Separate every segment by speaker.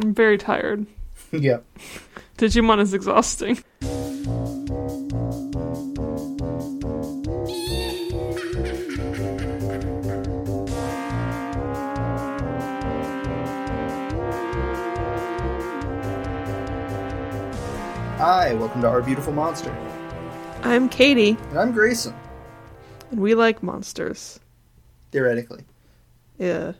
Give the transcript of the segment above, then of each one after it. Speaker 1: I'm very tired.
Speaker 2: yeah.
Speaker 1: Digimon is exhausting.
Speaker 2: Hi, welcome to Our Beautiful Monster.
Speaker 1: I'm Katie,
Speaker 2: And I'm Grayson,
Speaker 1: and we like monsters.
Speaker 2: theoretically.
Speaker 1: Yeah.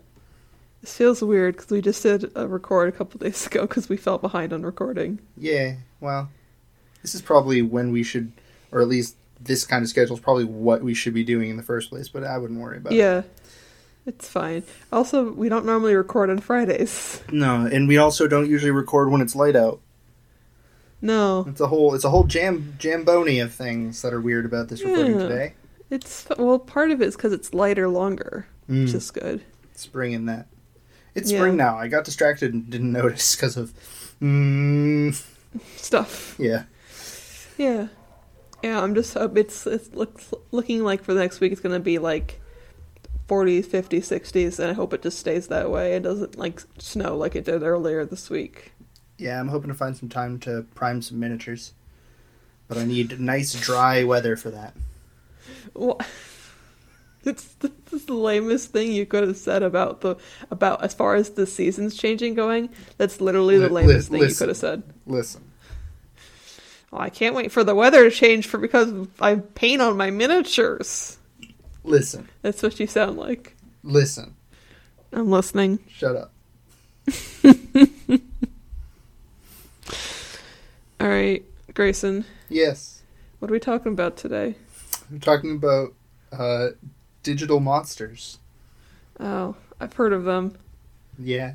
Speaker 1: This feels weird because we just did a record a couple days ago because we fell behind on recording.
Speaker 2: Yeah, well, this is probably when we should, or at least this kind of schedule is probably what we should be doing in the first place, but I wouldn't worry about
Speaker 1: Yeah. It's fine. Also, we don't normally record on Fridays.
Speaker 2: it. No, and we also don't usually record when it's light out.
Speaker 1: No.
Speaker 2: It's a whole, it's a whole jam, jamboni of things that are weird about this recording
Speaker 1: Yeah.
Speaker 2: today.
Speaker 1: It's, well, part of it is because it's lighter longer,
Speaker 2: Mm,
Speaker 1: which is good.
Speaker 2: spring in that. It's
Speaker 1: Yeah.
Speaker 2: spring now. I got distracted and didn't notice because of, mm,
Speaker 1: Stuff.
Speaker 2: yeah.
Speaker 1: Yeah. Yeah, I'm just hope it's it's looks looking like for the next week it's going to be like 40s, 50s, 60s and I hope it just stays that way and doesn't like snow like it did earlier this week.
Speaker 2: Yeah, I'm hoping to find some time to prime some miniatures. But I need nice dry weather for that.
Speaker 1: What? It's the, it's the lamest thing you could have said about the about as far as the seasons changing going. That's literally the
Speaker 2: Li- li-
Speaker 1: lamest thing you
Speaker 2: listen.
Speaker 1: could have said.
Speaker 2: Listen.
Speaker 1: Oh, I can't wait for the weather to change for because I paint on my miniatures.
Speaker 2: Listen.
Speaker 1: That's what you sound like.
Speaker 2: Listen.
Speaker 1: I'm listening.
Speaker 2: Shut up.
Speaker 1: All right, Grayson.
Speaker 2: Yes.
Speaker 1: What are we talking about today?
Speaker 2: I'm talking about uh digital monsters.
Speaker 1: Oh, I've heard of them.
Speaker 2: Yeah.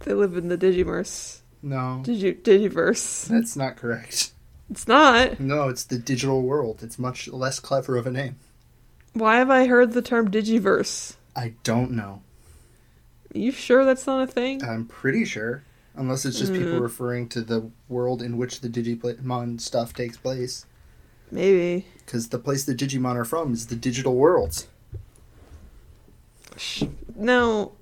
Speaker 1: They live in the Digiverse.
Speaker 2: No.
Speaker 1: Digi- Digiverse.
Speaker 2: That's not correct.
Speaker 1: It's not.
Speaker 2: No, it's the digital world. It's much less clever of a name.
Speaker 1: Why have I heard the term Digiverse?
Speaker 2: I don't know.
Speaker 1: you sure that's not a thing?
Speaker 2: I'm pretty sure. Unless it's just people
Speaker 1: Mm.
Speaker 2: referring to the world in which the Digimon stuff takes place.
Speaker 1: Maybe.
Speaker 2: Because the place the Digimon are from is the digital worlds.
Speaker 1: Sh- Now,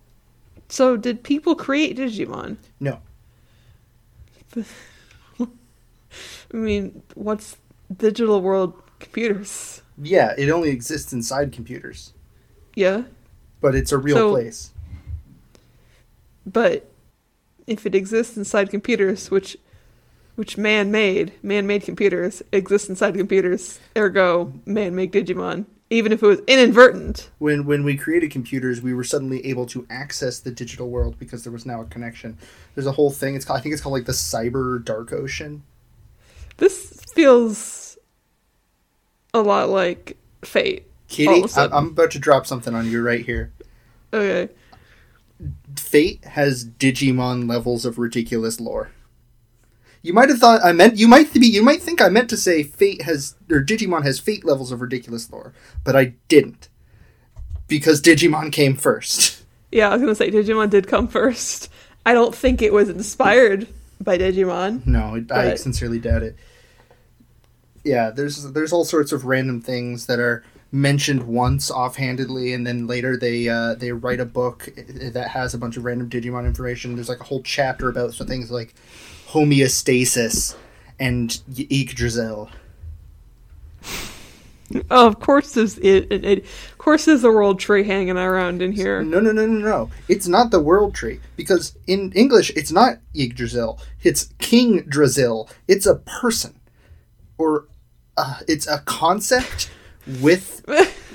Speaker 1: so did people create Digimon?
Speaker 2: No.
Speaker 1: I mean, what's digital world computers?
Speaker 2: Yeah, it only exists inside computers,
Speaker 1: Yeah,
Speaker 2: but it's a real
Speaker 1: So-
Speaker 2: place.
Speaker 1: but if it exists inside computers, which which man-made, man-made computers exist inside computers, ergo man-made Digimon, even if it was inadvertent.
Speaker 2: When when we created computers, we were suddenly able to access the digital world because there was now a connection. There's a whole thing. It's called, I think it's called like the cyber dark ocean.
Speaker 1: This feels a lot like fate. All
Speaker 2: Kitty,
Speaker 1: of a
Speaker 2: I,
Speaker 1: sudden.
Speaker 2: I'm about to drop something on you right here.
Speaker 1: Okay.
Speaker 2: Fate has Digimon levels of ridiculous lore. You might have thought I meant you might be you might think I meant to say Fate has or Digimon has Fate levels of ridiculous lore, but I didn't because Digimon came first.
Speaker 1: Yeah, I was gonna say Digimon did come first. I don't think it was inspired by Digimon.
Speaker 2: No, it, I
Speaker 1: But-
Speaker 2: sincerely doubt it. Yeah, there's there's all sorts of random things that are mentioned once offhandedly, and then later they uh, they write a book that has a bunch of random Digimon information. There's like a whole chapter about some things like homeostasis and Y- Yggdrasil.
Speaker 1: Oh, of course, there's it, it, it. Of course, there's a world tree hanging around in here.
Speaker 2: No, no, no, no, no. It's not the world tree because in English it's not Yggdrasil. It's King Drasil. It's a person, or uh, it's a concept with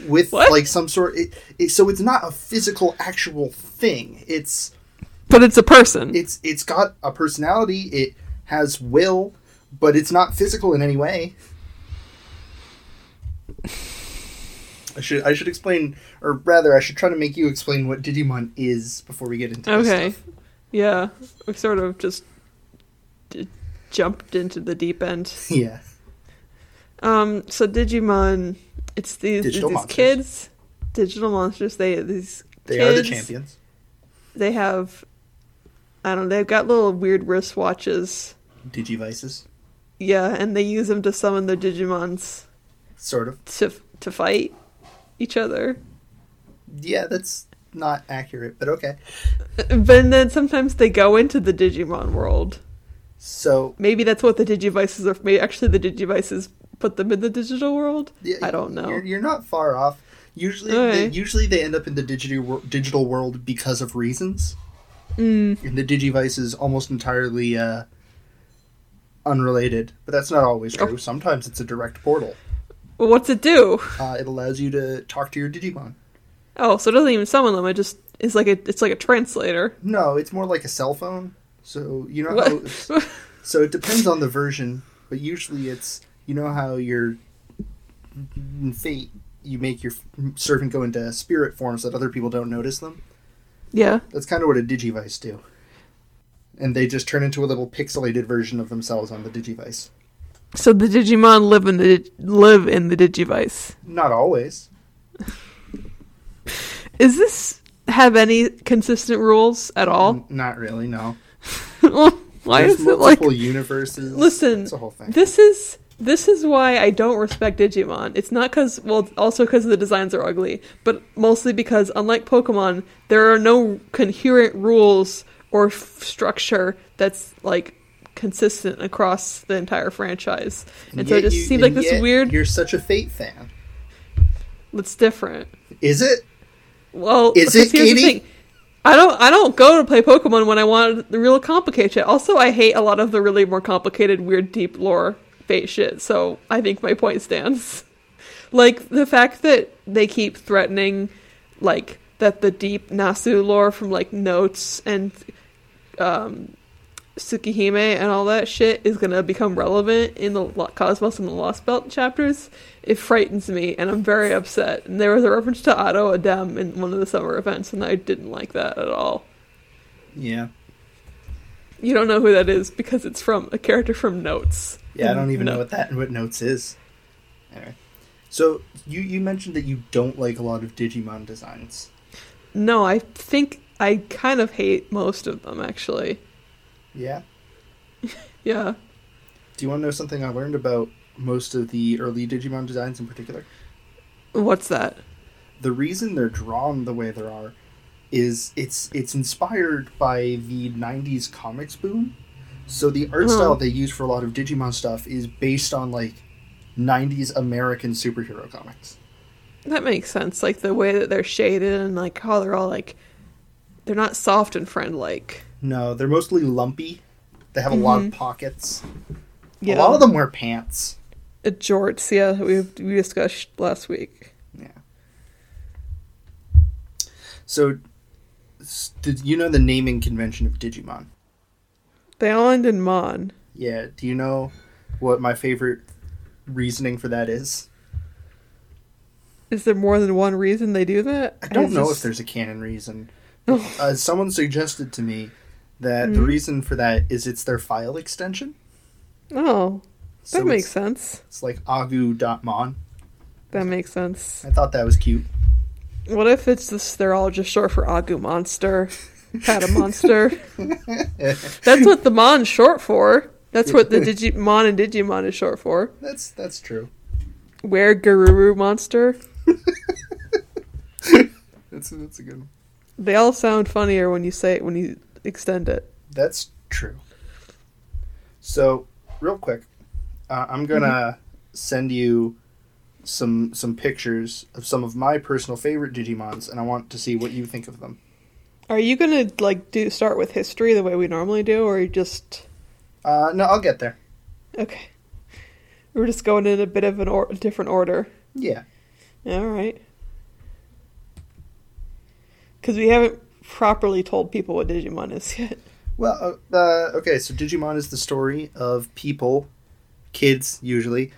Speaker 2: with
Speaker 1: What?
Speaker 2: like some sort. It, it, so it's not a physical, actual thing. It's
Speaker 1: But it's a person.
Speaker 2: it's it's got a personality. It has will, but it's not physical in any way. I should I should explain, or rather, I should try to make you explain what Digimon is before we get into this
Speaker 1: okay.
Speaker 2: stuff.
Speaker 1: Yeah, we sort of just d- jumped into the deep end.
Speaker 2: Yeah,
Speaker 1: Um, so Digimon, it's these, it's
Speaker 2: Digital
Speaker 1: these
Speaker 2: monsters.
Speaker 1: kids, digital monsters. They these
Speaker 2: they
Speaker 1: kids,
Speaker 2: are the champions.
Speaker 1: They have, I don't know. They've got little weird wristwatches.
Speaker 2: Digivices,
Speaker 1: Yeah, and they use them to summon their Digimons
Speaker 2: sort of.
Speaker 1: to to fight each other.
Speaker 2: Yeah, that's not accurate, but okay.
Speaker 1: But then sometimes they go into the Digimon world.
Speaker 2: So
Speaker 1: Maybe that's what the Digivices are. Maybe actually the Digivices put them in the digital world.
Speaker 2: yeah,
Speaker 1: I don't know.
Speaker 2: You're, you're not far off. Usually, they,
Speaker 1: Alright.
Speaker 2: usually they end up in the digital wor- digital world because of reasons.
Speaker 1: Mm,
Speaker 2: And the Digivice is almost entirely uh, unrelated, but that's not always
Speaker 1: Oh.
Speaker 2: true. Sometimes it's a direct portal.
Speaker 1: well, what's it do?
Speaker 2: Uh, it allows you to talk to your Digimon.
Speaker 1: Oh, so it doesn't even summon them. It just it's like a it's like a translator.
Speaker 2: No, it's more like a cell phone. So you know how.
Speaker 1: What?
Speaker 2: So it depends on the version, but usually it's you know how your in fate you make your servant go into spirit forms that other people don't notice them.
Speaker 1: yeah.
Speaker 2: That's kind of what a digivice do. And they just turn into a little pixelated version of themselves on the digivice.
Speaker 1: So the Digimon live in the dig- live in the Digivice.
Speaker 2: Not always.
Speaker 1: Is this have any consistent rules at all?
Speaker 2: N- not really. No.
Speaker 1: Mm. Why
Speaker 2: There's
Speaker 1: is it like
Speaker 2: multiple universes.
Speaker 1: Listen,
Speaker 2: it's a whole thing.
Speaker 1: this is this is why I don't respect Digimon. It's not because well, also because the designs are ugly, but mostly because unlike Pokemon, there are no coherent rules or f- structure that's like consistent across the entire franchise. And, so it
Speaker 2: yet
Speaker 1: just
Speaker 2: you-
Speaker 1: seemed like
Speaker 2: and
Speaker 1: this
Speaker 2: yet
Speaker 1: weird
Speaker 2: You're such a Fate fan.
Speaker 1: that's different.
Speaker 2: Is it?
Speaker 1: Well,
Speaker 2: Is it,
Speaker 1: 'cause here's the
Speaker 2: Katie?
Speaker 1: thing. I don't. I don't go to play Pokemon when I want the real complicated shit. Also, I hate a lot of the really more complicated, weird, deep lore fate shit. So I think my point stands. Like the fact that they keep threatening, like that the deep Nasu lore from like notes and um, Tsukihime and all that shit is gonna become relevant in the Lo- Cosmos and the Lost Belt chapters, it frightens me, and I'm very upset. And there was a reference to Otto Adem in one of the summer events, and I didn't like that at all.
Speaker 2: Yeah.
Speaker 1: You don't know who that is because it's from a character from Notes.
Speaker 2: Yeah, I don't even
Speaker 1: No.
Speaker 2: know what that what notes is. Anyway, so you you mentioned that you don't like a lot of Digimon designs.
Speaker 1: No, I think I kind of hate most of them actually.
Speaker 2: Yeah.
Speaker 1: Yeah.
Speaker 2: Do you want to know something I learned about most of the early Digimon designs in particular?
Speaker 1: What's that?
Speaker 2: The reason they're drawn the way they are is it's it's inspired by the '90s comics boom. So the art
Speaker 1: Oh.
Speaker 2: style they use for a lot of Digimon stuff is based on like '90s American superhero comics.
Speaker 1: That makes sense. Like the way that they're shaded and like how they're all like they're not soft and friend like.
Speaker 2: No, they're mostly lumpy. They have a lot of pockets.
Speaker 1: Yeah.
Speaker 2: A lot of them wear pants.
Speaker 1: Uh, jorts, yeah, we we discussed last week.
Speaker 2: Yeah. So, s- did you know the naming convention of Digimon?
Speaker 1: They all end in mon.
Speaker 2: Yeah. Do you know what my favorite reasoning for that is?
Speaker 1: Is there more than one reason they do that?
Speaker 2: I don't
Speaker 1: It's
Speaker 2: know if
Speaker 1: just- Oh.
Speaker 2: there's a canon reason. uh, someone suggested to me that the
Speaker 1: Mhm.
Speaker 2: reason for that is it's their file extension.
Speaker 1: Oh, that
Speaker 2: So
Speaker 1: makes
Speaker 2: it's,
Speaker 1: sense.
Speaker 2: it's like agu.mon.
Speaker 1: That makes sense.
Speaker 2: I thought that was cute.
Speaker 1: What if it's just they're all just short for Agu Monster, Pata Monster? That's what the mon's short for. That's what the Digimon and Digimon is short for.
Speaker 2: That's that's true.
Speaker 1: Where Garuru Monster.
Speaker 2: That's that's a good one.
Speaker 1: They all sound funnier when you say it when you extend it.
Speaker 2: That's true. So, real quick, uh, I'm gonna send you some some pictures of some of my personal favorite Digimons, and I want to see what you think of them.
Speaker 1: Are you gonna like do start with history the way we normally do, or you just
Speaker 2: Uh, no, I'll get there.
Speaker 1: Okay. We're just going in a bit of an or- different order.
Speaker 2: Yeah,
Speaker 1: All right. Because we haven't properly told people what Digimon is yet.
Speaker 2: Well, uh, uh, okay, so Digimon is the story of people, kids usually,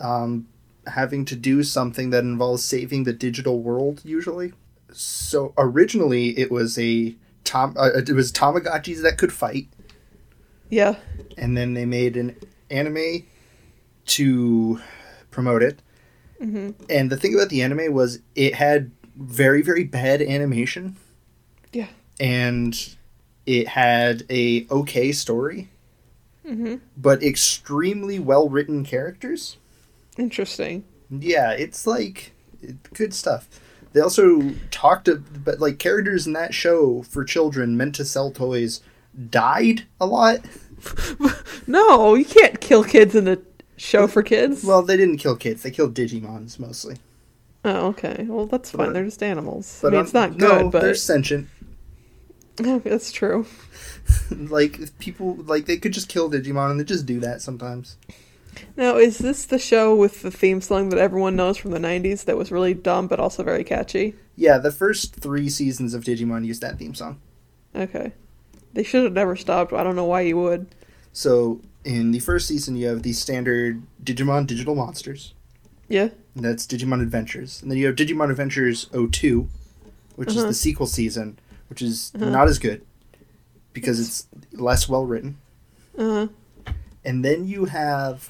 Speaker 2: um, having to do something that involves saving the digital world usually. So originally it was a tom- uh, it was Tamagotchis that could fight,
Speaker 1: Yeah.
Speaker 2: and then they made an anime to promote it.
Speaker 1: hmm
Speaker 2: And the thing about the anime was it had very very bad animation.
Speaker 1: Yeah.
Speaker 2: And it had a okay story.
Speaker 1: hmm
Speaker 2: but extremely well written characters.
Speaker 1: Interesting.
Speaker 2: Yeah, it's like it- good stuff. They also talked about like characters in that show for children meant to sell toys died a lot.
Speaker 1: no, you can't kill kids in a show for kids.
Speaker 2: Well, they didn't kill kids. They killed Digimons mostly.
Speaker 1: Oh, okay. Well, that's fine.
Speaker 2: But-
Speaker 1: they're just animals. I
Speaker 2: But
Speaker 1: mean,
Speaker 2: um,
Speaker 1: it's not
Speaker 2: no,
Speaker 1: good,
Speaker 2: they're
Speaker 1: but
Speaker 2: sentient.
Speaker 1: that's true.
Speaker 2: like people, like they could just kill Digimon, and they just do that sometimes.
Speaker 1: Now, is this the show with the theme song that everyone knows from the '90s that was really dumb but also very catchy?
Speaker 2: Yeah, the first three seasons of Digimon used that theme song.
Speaker 1: Okay, they should have never stopped. I don't know why you would.
Speaker 2: So in the first season, you have the standard Digimon Digital Monsters.
Speaker 1: Yeah.
Speaker 2: and That's Digimon Adventures. And then you have Digimon Adventures 02, which is
Speaker 1: Uh-huh.
Speaker 2: the sequel season, which is
Speaker 1: Uh-huh.
Speaker 2: not as good because it's less well written.
Speaker 1: Uh huh.
Speaker 2: And then you have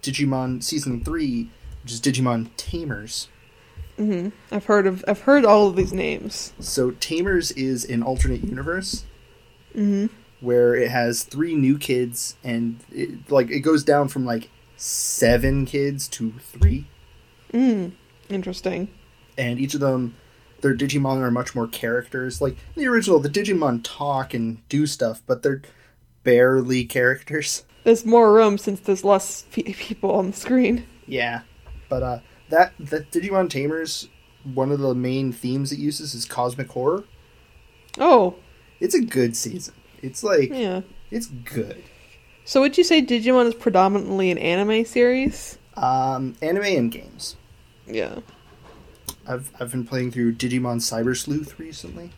Speaker 2: Digimon Season 3, which is Digimon Tamers.
Speaker 1: hmm I've heard of. I've heard all of these names.
Speaker 2: So Tamers is an alternate universe
Speaker 1: hmm
Speaker 2: where it has three new kids and it, like it goes down from like seven kids to three
Speaker 1: Mm. Interesting.
Speaker 2: and each of them their digimon are much more characters like in the original the digimon talk and do stuff but they're barely characters
Speaker 1: There's more room since there's less pe- people on the screen.
Speaker 2: yeah but uh that that digimon tamers one of the main themes it uses is cosmic horror
Speaker 1: Oh,
Speaker 2: it's a good season it's like
Speaker 1: yeah.
Speaker 2: it's good
Speaker 1: So would you say Digimon is predominantly an anime series?
Speaker 2: um anime and games
Speaker 1: Yeah.
Speaker 2: i've i've been playing through digimon cyber sleuth recently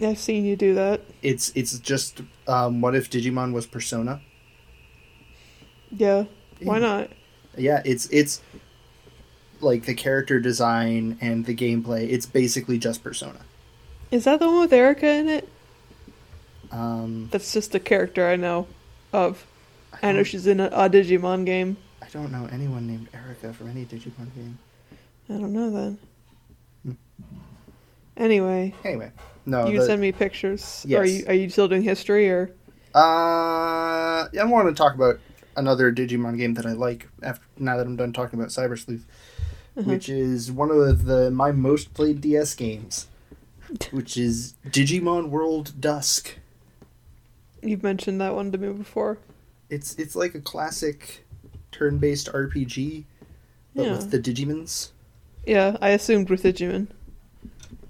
Speaker 1: I've seen you do that.
Speaker 2: it's it's just um, what if Digimon was Persona?
Speaker 1: Yeah.
Speaker 2: Mm.
Speaker 1: Why not?
Speaker 2: Yeah, it's it's like the character design and the gameplay. It's basically just Persona.
Speaker 1: Is that the one with Erica in it?
Speaker 2: Um,
Speaker 1: That's just a character I know of. I know she's in a, a Digimon game.
Speaker 2: I don't know anyone named Erica from any Digimon game.
Speaker 1: I don't know then.
Speaker 2: Hmm.
Speaker 1: Anyway,
Speaker 2: Anyway, no,
Speaker 1: you
Speaker 2: Uh, the-
Speaker 1: send me pictures.
Speaker 2: Yes.
Speaker 1: Are you are you still doing history or
Speaker 2: uh, I want to talk about another Digimon game that I like. After now that I'm done talking about Cyber Sleuth,
Speaker 1: Uh-huh.
Speaker 2: which is one of the my most played DS games, which is Digimon World Dusk.
Speaker 1: you've mentioned that one to me before?
Speaker 2: It's it's like a classic turn-based RPG, but
Speaker 1: Yeah.
Speaker 2: with the Digimons,
Speaker 1: Yeah, I assumed with Digimon.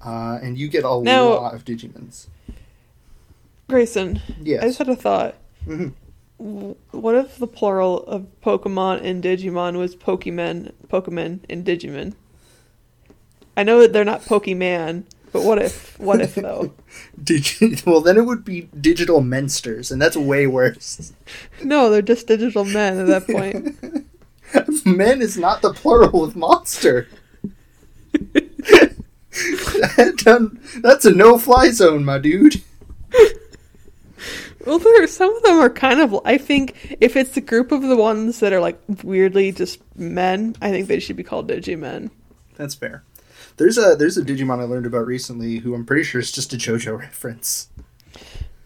Speaker 2: uh, and you get a
Speaker 1: Now-
Speaker 2: lot of Digimons.
Speaker 1: Grayson, I just
Speaker 2: Yes.
Speaker 1: had a thought.
Speaker 2: Mhm.
Speaker 1: W- What if the plural of Pokemon and Digimon was Pokemon, Pokemon and Digimon? I know that they're not Pokemon, but what if? What if though?
Speaker 2: Digi- well, then it would be digital mensters, and that's way worse.
Speaker 1: No, they're just digital men at that point.
Speaker 2: Men is not the plural of monster. That done- that's a no-fly zone, my dude.
Speaker 1: well, there some of them are kind of. I think if it's the group of the ones that are like weirdly just men, I think they should be called Digimen.
Speaker 2: That's fair. There's a there's a Digimon I learned about recently who I'm pretty sure is just a JoJo reference.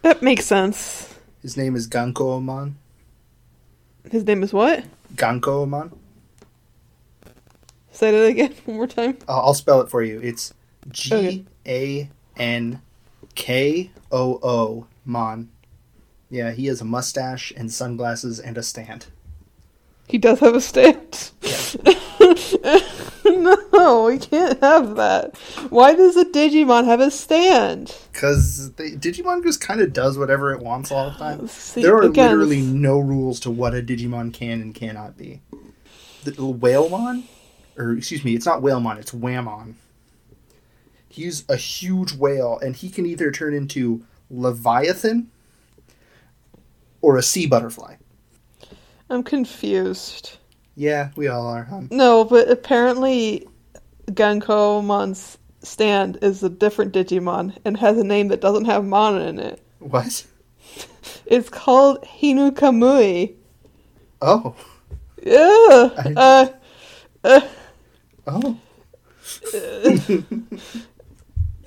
Speaker 1: That makes sense.
Speaker 2: His name is Gankoomon.
Speaker 1: His name is what?
Speaker 2: Gankoomon.
Speaker 1: Say that again one more time.
Speaker 2: I'll I'll spell it for you. It's
Speaker 1: Okay.
Speaker 2: G A N K O O Mon. Yeah, he has a mustache and sunglasses and a stand.
Speaker 1: He does have a stand. no, we can't have that. Why does a Digimon have a stand?
Speaker 2: Cause they, Digimon just kind of does whatever it wants all the time.
Speaker 1: See,
Speaker 2: there are
Speaker 1: again,
Speaker 2: literally no rules to what a Digimon can and cannot be. The little Whalemon, or excuse me, it's not Whalemon, it's Whammon. He's a huge whale, and he can either turn into Leviathan or a sea butterfly.
Speaker 1: I'm confused.
Speaker 2: Yeah, we all are. Huh?
Speaker 1: No, but apparently Gankomon's stand is a different Digimon and has a name that doesn't have Mon in it.
Speaker 2: What?
Speaker 1: It's called Hinukamui.
Speaker 2: Oh,
Speaker 1: Ugh.
Speaker 2: I-
Speaker 1: Uh, uh,
Speaker 2: oh,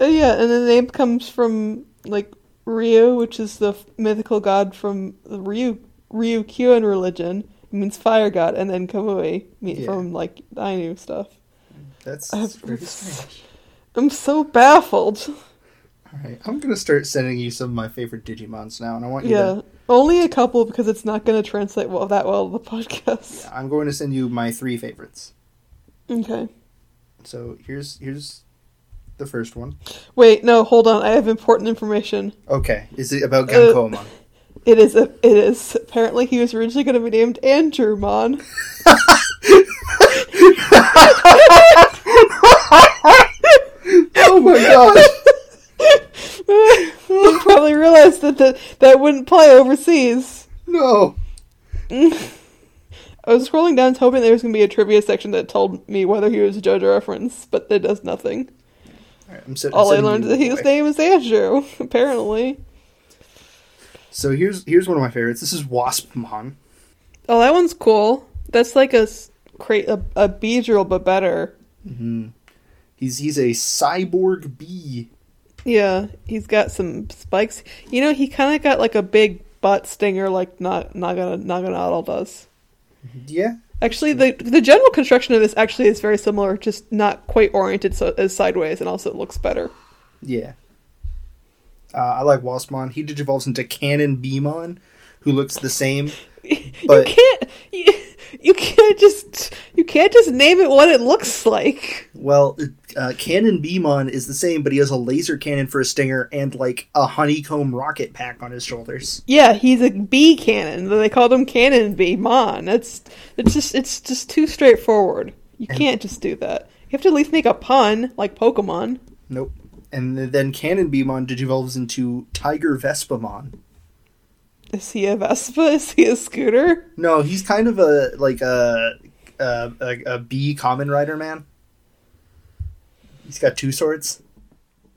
Speaker 1: Uh, yeah, and the name comes from like Ryu, which is the f- mythical god from the Ryu Ryukyuan religion. It means fire god, and then Kamui me
Speaker 2: Yeah.
Speaker 1: from like Ainu stuff.
Speaker 2: That's
Speaker 1: I've-
Speaker 2: very strange.
Speaker 1: I'm so baffled.
Speaker 2: All right, I'm gonna start sending you some of my favorite Digimons now, and I want you
Speaker 1: Yeah.
Speaker 2: to.
Speaker 1: Only a couple because it's not going to translate well that well to the podcast.
Speaker 2: I'm going to send you my three favorites.
Speaker 1: Okay.
Speaker 2: So here's here's the first one.
Speaker 1: Wait, no, hold on. I have important information.
Speaker 2: Okay, is it about
Speaker 1: Uh,
Speaker 2: Gankomon?
Speaker 1: It is. A, it is. Apparently, he was originally going to be named Andrew Mon.
Speaker 2: oh my gosh!
Speaker 1: he probably realized that the, that wouldn't play overseas.
Speaker 2: No.
Speaker 1: I was scrolling down, hoping there was going to be a trivia section that told me whether he was a JoJo reference, but it does nothing.
Speaker 2: All right, I'm se- I'm
Speaker 1: All I
Speaker 2: sending
Speaker 1: learned is
Speaker 2: you
Speaker 1: that his
Speaker 2: away.
Speaker 1: name is Andrew. Apparently.
Speaker 2: So here's here's one of my favorites. This is Waspmon.
Speaker 1: Oh, that one's cool. That's like a s- cra- a, a bee drill, but better.
Speaker 2: He's he's a cyborg bee.
Speaker 1: Yeah, he's got some spikes. You know, he kind of got like a big butt stinger, like not Naga Naganadal does.
Speaker 2: Yeah.
Speaker 1: Actually, the the general construction of this actually is very similar, just not quite oriented so as sideways, and also it looks better.
Speaker 2: Yeah. Uh, I like Waspmon. He digivolves into Cannon Beemon, who looks the same. But-
Speaker 1: you can't you, you can't just you can't just name it what it looks like.
Speaker 2: Well, uh, Cannon Beemon is the same, but he has a laser cannon for a stinger and like a honeycomb rocket pack on his shoulders.
Speaker 1: Yeah, he's a bee cannon. They called him Cannon Bee. Mon, that's it's just it's just too straightforward. You can't just do that. You have to at least make a pun, like Pokemon.
Speaker 2: Nope. And then Cannon Beemon digivolves into Tiger Vespamon.
Speaker 1: Is he a Vespa? Is he a scooter?
Speaker 2: No, he's kind of a like a a, a, a bee common rider man. He's got two swords.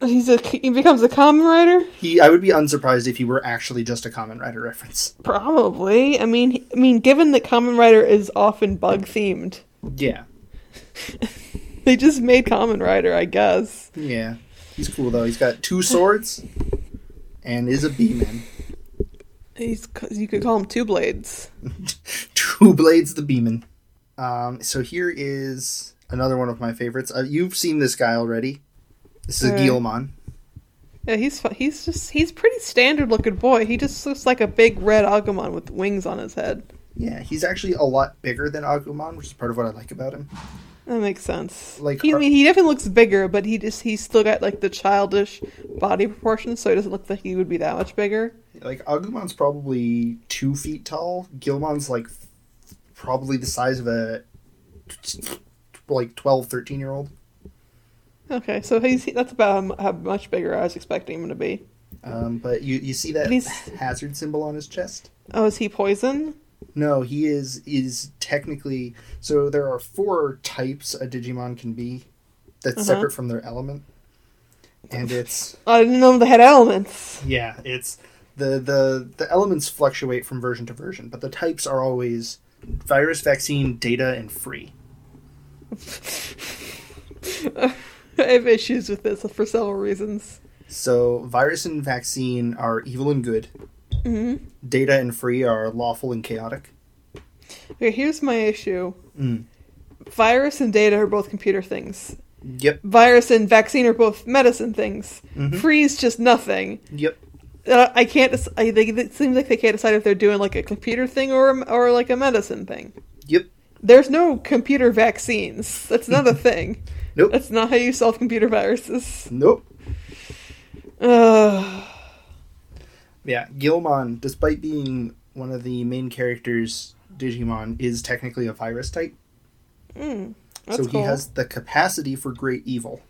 Speaker 1: He's a he becomes a common rider.
Speaker 2: He, I would be unsurprised if he were actually just a common rider reference.
Speaker 1: Probably. I mean, he- I mean, given that Common Rider is often bug themed,
Speaker 2: Yeah,
Speaker 1: they just made Common Rider, I guess.
Speaker 2: yeah, he's cool though. He's got two swords, and is a bee man.
Speaker 1: He's c- you could call him Two Blades.
Speaker 2: two blades, the beeman. Um, so here is another one of my favorites. Uh, you've seen this guy already. This is a
Speaker 1: Uh,
Speaker 2: Guillemon.
Speaker 1: Yeah, he's fu- he's just he's pretty standard looking boy. He just looks like a big red Agumon with wings on his head.
Speaker 2: Yeah, he's actually a lot bigger than Agumon, which is part of what I like about him.
Speaker 1: That makes sense.
Speaker 2: Like
Speaker 1: Like he, I
Speaker 2: her-
Speaker 1: mean, he definitely looks bigger, but he just he's still got like the childish body proportions, so he doesn't look like he would be that much bigger.
Speaker 2: Like Agumon's probably two feet tall. Gilmon's like probably the size of a like 12, 13 year old.
Speaker 1: Okay, so he's he- that's about how, mu- how much bigger I was expecting him to be.
Speaker 2: Um, but you you see that
Speaker 1: But he's-
Speaker 2: hazard symbol on his chest?
Speaker 1: Oh, is he poison?
Speaker 2: No, he is is technically so there are four types a Digimon can be that's
Speaker 1: Uh-huh.
Speaker 2: separate from their element. And it's
Speaker 1: I didn't know they had elements.
Speaker 2: yeah, it's the the the elements fluctuate from version to version, but the types are always virus, vaccine, data and free.
Speaker 1: I have issues with this for several reasons.
Speaker 2: So virus and vaccine are evil and good.
Speaker 1: hmm
Speaker 2: Data and free are lawful and chaotic.
Speaker 1: Okay, here's my issue.
Speaker 2: Mm.
Speaker 1: Virus and data are both computer things.
Speaker 2: Yep.
Speaker 1: Virus and vaccine are both medicine things.
Speaker 2: Mhm.
Speaker 1: Freeze just nothing.
Speaker 2: Yep.
Speaker 1: Uh, I can't. dec- I, they, it seems like they can't decide if they're doing like a computer thing or a- or like a medicine thing.
Speaker 2: Yep.
Speaker 1: There's no computer vaccines. That's not a thing.
Speaker 2: Nope.
Speaker 1: That's not how you solve computer viruses.
Speaker 2: Nope.
Speaker 1: Ugh.
Speaker 2: Yeah, Gilmon, despite being one of the main characters Digimon, is technically a virus type.
Speaker 1: Mm, that's
Speaker 2: so he
Speaker 1: cool.
Speaker 2: has the capacity for great evil.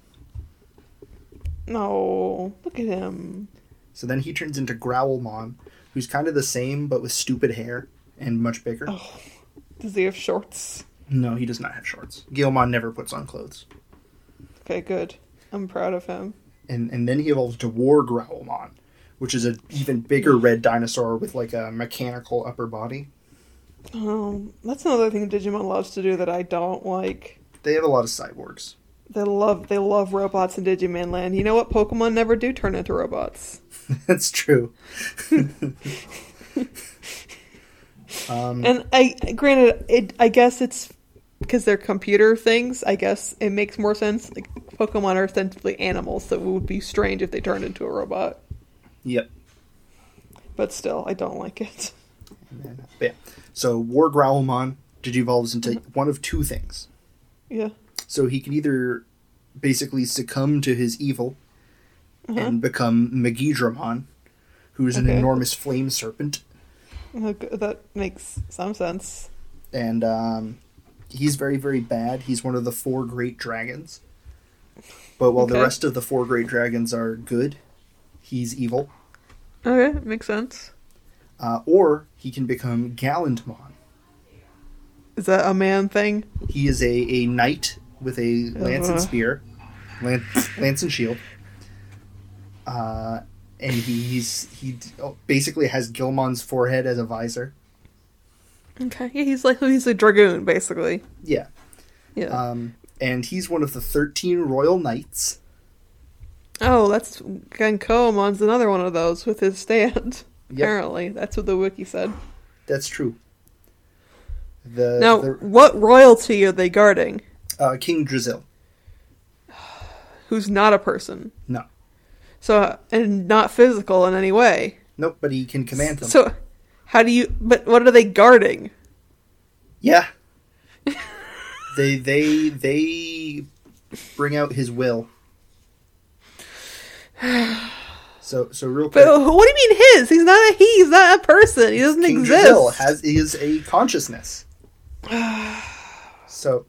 Speaker 1: No, look at him.
Speaker 2: So then he turns into Growlmon, who's kind of the same but with stupid hair and much bigger.
Speaker 1: Oh, does he have shorts?
Speaker 2: No, he does not have shorts. Gilmon never puts on clothes.
Speaker 1: Okay, good. I'm proud of him.
Speaker 2: And and then he evolves to War Growlmon, which is an even bigger red dinosaur with like a mechanical upper body.
Speaker 1: Um, that's another thing Digimon loves to do that I don't like.
Speaker 2: They have a lot of cyborgs.
Speaker 1: They love they love robots in Digimon Land. You know what? Pokemon never do turn into robots.
Speaker 2: That's true. um, Hmm.
Speaker 1: And I granted, it, I guess it's because they're computer things, I guess it makes more sense. Like Pokemon are essentially animals, so it would be strange if they turned into a robot.
Speaker 2: Yep.
Speaker 1: But still, I don't like it.
Speaker 2: And then, uh, yeah. So War Growlmon digivolves into
Speaker 1: Mm-hmm.
Speaker 2: one of two things.
Speaker 1: Yeah.
Speaker 2: So he can either basically succumb to his evil
Speaker 1: Uh-huh.
Speaker 2: and become Megidramon, who is an
Speaker 1: Okay.
Speaker 2: enormous flame serpent,
Speaker 1: Look, That makes some sense.
Speaker 2: and um, he's very very bad. He's one of the four great dragons. But while the
Speaker 1: Okay.
Speaker 2: rest of the four great dragons are good, he's evil.
Speaker 1: Okay, makes sense.
Speaker 2: Uh, or he can become Gallantmon.
Speaker 1: Is that a man thing?
Speaker 2: He is a, a knight with a lance
Speaker 1: Uh-huh.
Speaker 2: and spear, lance, lance and shield. Uh, and he's he d- oh, basically has Gilmon's forehead as a visor.
Speaker 1: Okay, yeah, he's like he's a dragoon basically.
Speaker 2: Yeah.
Speaker 1: Yeah.
Speaker 2: Um, and he's one of the 13 royal knights.
Speaker 1: oh, that's Genkomon's another one of those with his stand.
Speaker 2: Yep.
Speaker 1: Apparently, that's what the wiki said.
Speaker 2: That's true. The,
Speaker 1: now,
Speaker 2: the
Speaker 1: what royalty are they guarding?
Speaker 2: uh, King Drizil.
Speaker 1: Who's not a person?
Speaker 2: No.
Speaker 1: So uh, and not physical in any way.
Speaker 2: Nope, but he can command them.
Speaker 1: So, how do you? But what are they guarding?
Speaker 2: yeah. they they they bring out his will. So so real quick.
Speaker 1: But who- what do you mean his? He's not a he. He's not a person. He doesn't
Speaker 2: King
Speaker 1: exist.
Speaker 2: Drizil has is a consciousness. so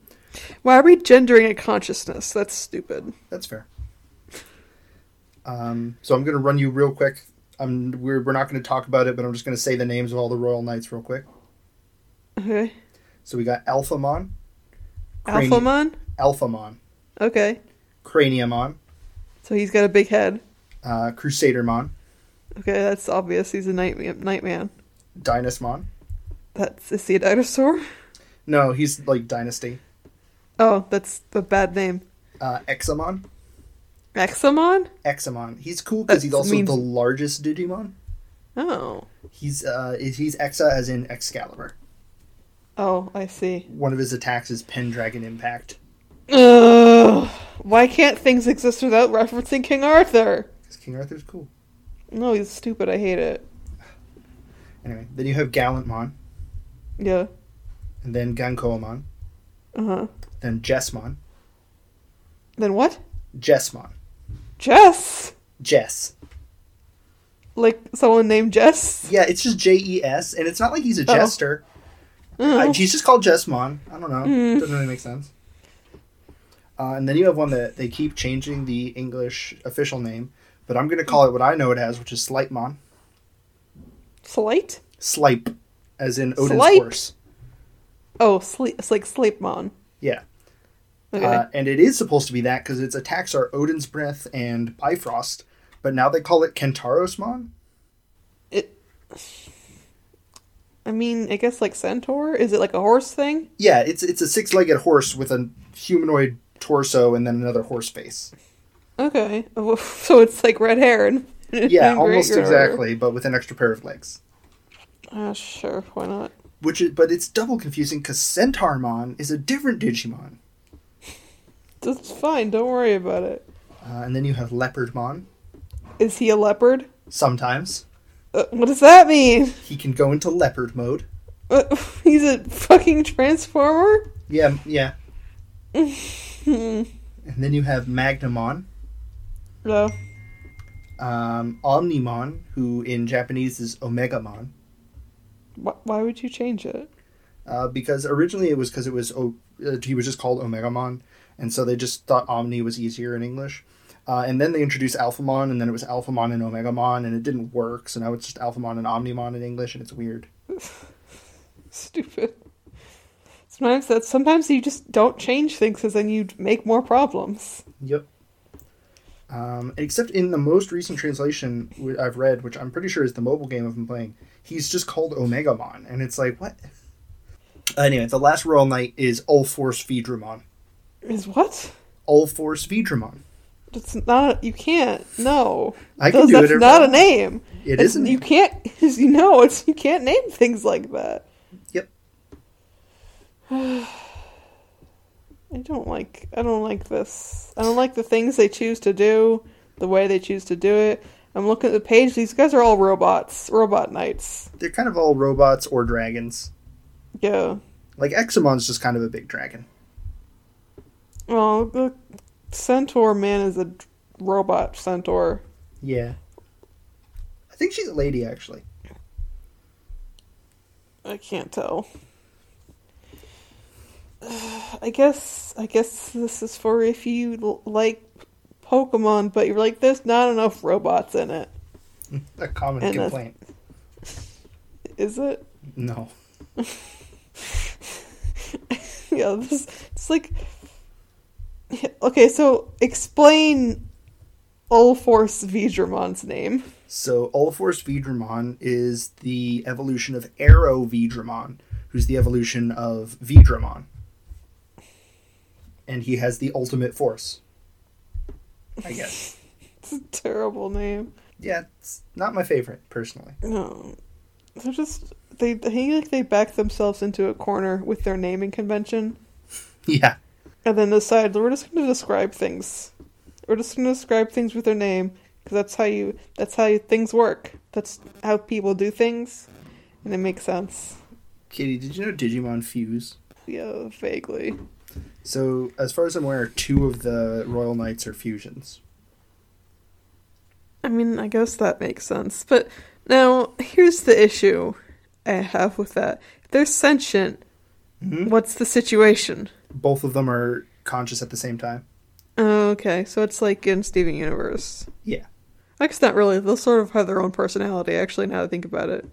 Speaker 1: Why are we gendering a consciousness? That's stupid.
Speaker 2: That's fair. Um, so I'm going to run you real quick. I'm, we're, we're not going to talk about it, but I'm just going to say the names of all the royal knights real quick.
Speaker 1: Okay.
Speaker 2: So we got Alphamon, Cranium.
Speaker 1: Alphamon.
Speaker 2: Alphamon,
Speaker 1: Okay.
Speaker 2: Craniumon,
Speaker 1: So he's got a big head.
Speaker 2: uh, Crusadermon,
Speaker 1: Okay, that's obvious. He's a nightman. Nightman.
Speaker 2: Dynasmon.
Speaker 1: That's is he a dinosaur?
Speaker 2: No, he's like Dynasty.
Speaker 1: Oh, that's a bad name.
Speaker 2: Uh, Examon,
Speaker 1: Examon.
Speaker 2: Examon. He's cool because
Speaker 1: That
Speaker 2: he's also
Speaker 1: means-
Speaker 2: the largest Digimon.
Speaker 1: Oh.
Speaker 2: He's uh, is- he's Exa as in Excalibur.
Speaker 1: Oh, I see.
Speaker 2: One of his attacks is Pendragon Impact.
Speaker 1: Ugh. Why can't things exist without referencing King Arthur?
Speaker 2: 'Cause King Arthur's cool.
Speaker 1: No, he's stupid. I hate it.
Speaker 2: Anyway, then you have Gallantmon,
Speaker 1: Yeah.
Speaker 2: and then Gankoamon,
Speaker 1: Uh huh.
Speaker 2: then Jessmon,
Speaker 1: Then what?
Speaker 2: Jessmon.
Speaker 1: Jess.
Speaker 2: Jess.
Speaker 1: Like someone named Jess.
Speaker 2: Yeah, it's just J E S, and it's not like he's a
Speaker 1: Oh.
Speaker 2: jester. Uh,
Speaker 1: Oh.
Speaker 2: he's just called Jessmon. I don't know.
Speaker 1: Mm.
Speaker 2: Doesn't really make sense. Uh, and then you have one that they keep changing the English official name, but I'm going to call it what I know it as, which is Slightmon.
Speaker 1: Slate.
Speaker 2: Slipe, as in Odin's
Speaker 1: Slipe?
Speaker 2: horse.
Speaker 1: Oh, sleep. It's like Sleepmon.
Speaker 2: Yeah.
Speaker 1: Okay.
Speaker 2: Uh, and it is supposed to be that because its attacks are Odin's Breath and Bifrost, but now they call it Kentarosmon?
Speaker 1: it. I mean, I guess like centaur. Is it like a horse thing?
Speaker 2: Yeah, it's it's a six legged horse with a humanoid torso and then another horse face.
Speaker 1: Okay. Oh, So it's like red hair and.
Speaker 2: Yeah,
Speaker 1: and gray
Speaker 2: almost
Speaker 1: hair.
Speaker 2: exactly, but with an extra pair of legs.
Speaker 1: Uh, sure. Why not?
Speaker 2: Which is, but it's double confusing because Centaurmon is a different Digimon.
Speaker 1: That's fine. Don't worry about it.
Speaker 2: Uh, and then you have Leopardmon.
Speaker 1: Is he a leopard?
Speaker 2: Sometimes
Speaker 1: Uh, what does that mean?
Speaker 2: he can go into leopard mode.
Speaker 1: Uh, he's a fucking transformer.
Speaker 2: Yeah, yeah.
Speaker 1: Hmm.
Speaker 2: And then you have Magnamon,
Speaker 1: no.
Speaker 2: um, Omnimon, who in Japanese is Omegamon,
Speaker 1: Why, why would you change it?
Speaker 2: uh, because originally it was because it was o- uh, he was just called Omegamon, and so they just thought Omni was easier in English. Uh, and then they introduced Alphamon, and then it was Alphamon and Omegamon, and it didn't work. So now it's just Alphamon and Omnimon in English, and it's weird.
Speaker 1: Stupid. Sometimes that's sometimes you just don't change things because then you make more problems.
Speaker 2: Yep. Um, except in the most recent translation wh- I've read, which I'm pretty sure is the mobile game I've been playing, he's just called Omegamon, and it's like what? Anyway, the last royal knight is Ulforce Vidramon.
Speaker 1: Is what?
Speaker 2: Ulforce Vidramon.
Speaker 1: It's not. You can't. No.
Speaker 2: I can
Speaker 1: Those-
Speaker 2: do
Speaker 1: that's
Speaker 2: whatever
Speaker 1: not
Speaker 2: I
Speaker 1: a name.
Speaker 2: It
Speaker 1: It's-
Speaker 2: isn't.
Speaker 1: You can't. You know. It's you can't name things like that.
Speaker 2: Yep.
Speaker 1: I don't like I don't like this. I don't like the things they choose to do, the way they choose to do it. I'm looking at the page. These guys are all robots, robot knights.
Speaker 2: They're kind of all robots or dragons.
Speaker 1: Yeah.
Speaker 2: Like Eximon's just kind of a big dragon.
Speaker 1: Well, the centaur man is a d- robot centaur.
Speaker 2: Yeah. I think she's a lady actually.
Speaker 1: I can't tell. I guess I guess this is for if you l- like Pokemon, but you're like there's not enough robots in it.
Speaker 2: A common
Speaker 1: And a-
Speaker 2: complaint.
Speaker 1: Is it?
Speaker 2: No.
Speaker 1: yeah, this it's like okay. So explain Ulforce Vidramon's name.
Speaker 2: So Ulforce Vidramon is the evolution of Arrow Vidramon, who's the evolution of Vidramon. And he has the ultimate force. I guess.
Speaker 1: It's a terrible name.
Speaker 2: Yeah, it's not my favorite personally.
Speaker 1: No, they're just they. I think like they back themselves into a corner with their naming convention,
Speaker 2: Yeah.
Speaker 1: and then decide we're just going to describe things. We're just going to describe things with their name because that's how you. That's how you, things work. That's how people do things, and it makes sense.
Speaker 2: Katie, did you know Digimon fuse?
Speaker 1: Yeah, vaguely.
Speaker 2: So, as far as I'm aware, two of the Royal Knights are fusions.
Speaker 1: I mean, I guess that makes sense. But now, here's the issue I have with that. They're sentient. What's the situation?
Speaker 2: Both of them are conscious at the same time.
Speaker 1: Oh, okay, so it's like in Steven Universe.
Speaker 2: Yeah.
Speaker 1: I guess not really. They'll sort of have their own personality, actually, now that I think about it.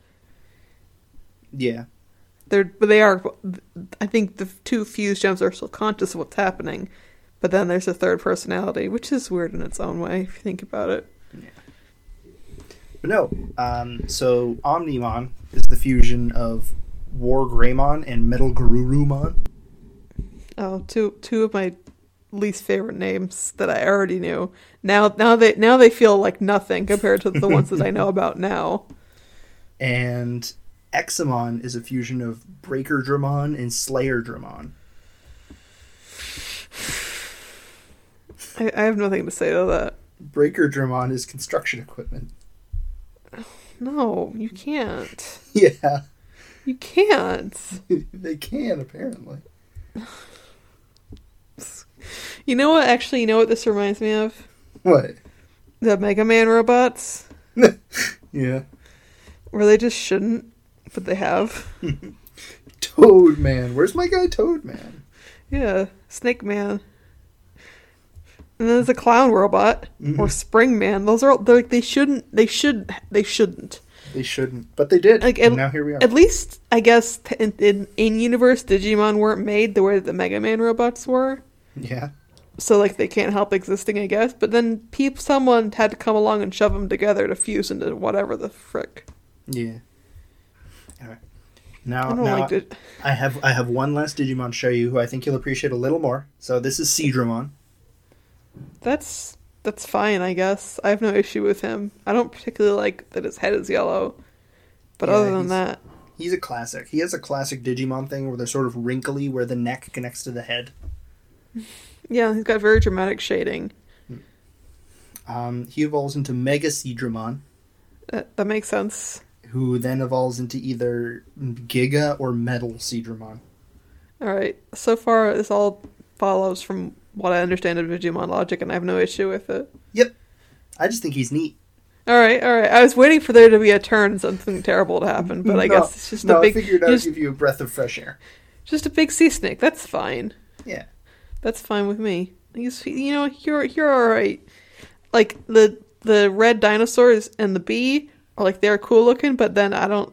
Speaker 2: Yeah.
Speaker 1: They're, but they are. I think the two fused gems are still conscious of what's happening, but then there's a third personality, which is weird in its own way if you think about it.
Speaker 2: But no, um, so Omnimon is the fusion of War Greymon and Metal Garurumon.
Speaker 1: Oh, two two of my least favorite names that I already knew. Now now they now they feel like nothing compared to the ones that I know about now.
Speaker 2: And Eximon is a fusion of Breaker Dramon and Slayer Dramon.
Speaker 1: I, I have nothing to say to that.
Speaker 2: Breaker Dramon is construction equipment.
Speaker 1: No, you can't.
Speaker 2: Yeah,
Speaker 1: You can't.
Speaker 2: they can apparently.
Speaker 1: You know what? Actually, you know what this reminds me of?
Speaker 2: What?
Speaker 1: The Mega Man robots,
Speaker 2: Yeah.
Speaker 1: where they just shouldn't, but they have.
Speaker 2: Toad Man. Where's my guy Toad Man?
Speaker 1: Yeah, Snake Man. And then there's a clown robot
Speaker 2: Mm-hmm.
Speaker 1: or Spring Man. Those are all, they're like they shouldn't. They should. They shouldn't.
Speaker 2: They shouldn't, but they did.
Speaker 1: Like,
Speaker 2: and
Speaker 1: at-
Speaker 2: now here we are.
Speaker 1: At least, I guess, t- in, in, in universe, Digimon weren't made the way that the Mega Man robots were.
Speaker 2: yeah.
Speaker 1: So, like, they can't help existing, I guess. But then peop- someone had to come along and shove them together to fuse into whatever the frick.
Speaker 2: Yeah.
Speaker 1: I
Speaker 2: Anyway, now,
Speaker 1: don't
Speaker 2: Uh, now
Speaker 1: like it.
Speaker 2: I have I have one last Digimon to show you who I think you'll appreciate a little more. So this is Seedramon.
Speaker 1: That's, that's fine, I guess. I have no issue with him. I don't particularly like that his head is yellow. But
Speaker 2: Yeah,
Speaker 1: other than
Speaker 2: he's-
Speaker 1: that,
Speaker 2: He's a classic. He has a classic Digimon thing where they're sort of wrinkly, where the neck connects to the head.
Speaker 1: yeah, he's got very dramatic shading.
Speaker 2: Um, he evolves into Mega Seedramon,
Speaker 1: That, that makes sense.
Speaker 2: who then evolves into either Giga or Metal Seedramon.
Speaker 1: All right. So far, this all follows from what I understand of Digimon logic, and I have no issue with it.
Speaker 2: I just think he's neat.
Speaker 1: All right, all right. I was waiting for there to be a turn, something terrible to happen, but I
Speaker 2: No,
Speaker 1: guess it's just
Speaker 2: no,
Speaker 1: a
Speaker 2: I
Speaker 1: big,
Speaker 2: figured I'd
Speaker 1: just,
Speaker 2: give you a breath of fresh air.
Speaker 1: just a big sea snake. That's fine.
Speaker 2: Yeah.
Speaker 1: That's fine with me. He's, you know, you're you're all right. Like the the red dinosaurs and the bee are like they're cool looking, but then I don't.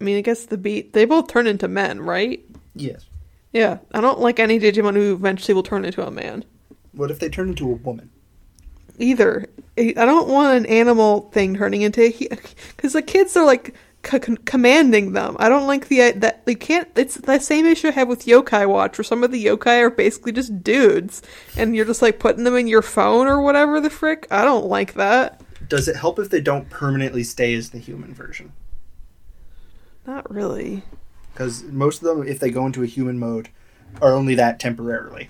Speaker 1: I mean, I guess the bee they both turn into men, right?
Speaker 2: Yes.
Speaker 1: Yeah, I don't like any Digimon who eventually will turn into a man.
Speaker 2: What if they turn into a woman?
Speaker 1: either. I I don't want an animal thing turning into because the kids are like c- c- commanding them. I don't like the uh, that you can't. It's the same issue I have with yokai watch, where some of the yokai are basically just dudes, and you're just like putting them in your phone or whatever the frick. I don't like that.
Speaker 2: Does it help if they don't permanently stay as the human version?
Speaker 1: Not really.
Speaker 2: because most of them, if they go into a human mode, are only that temporarily.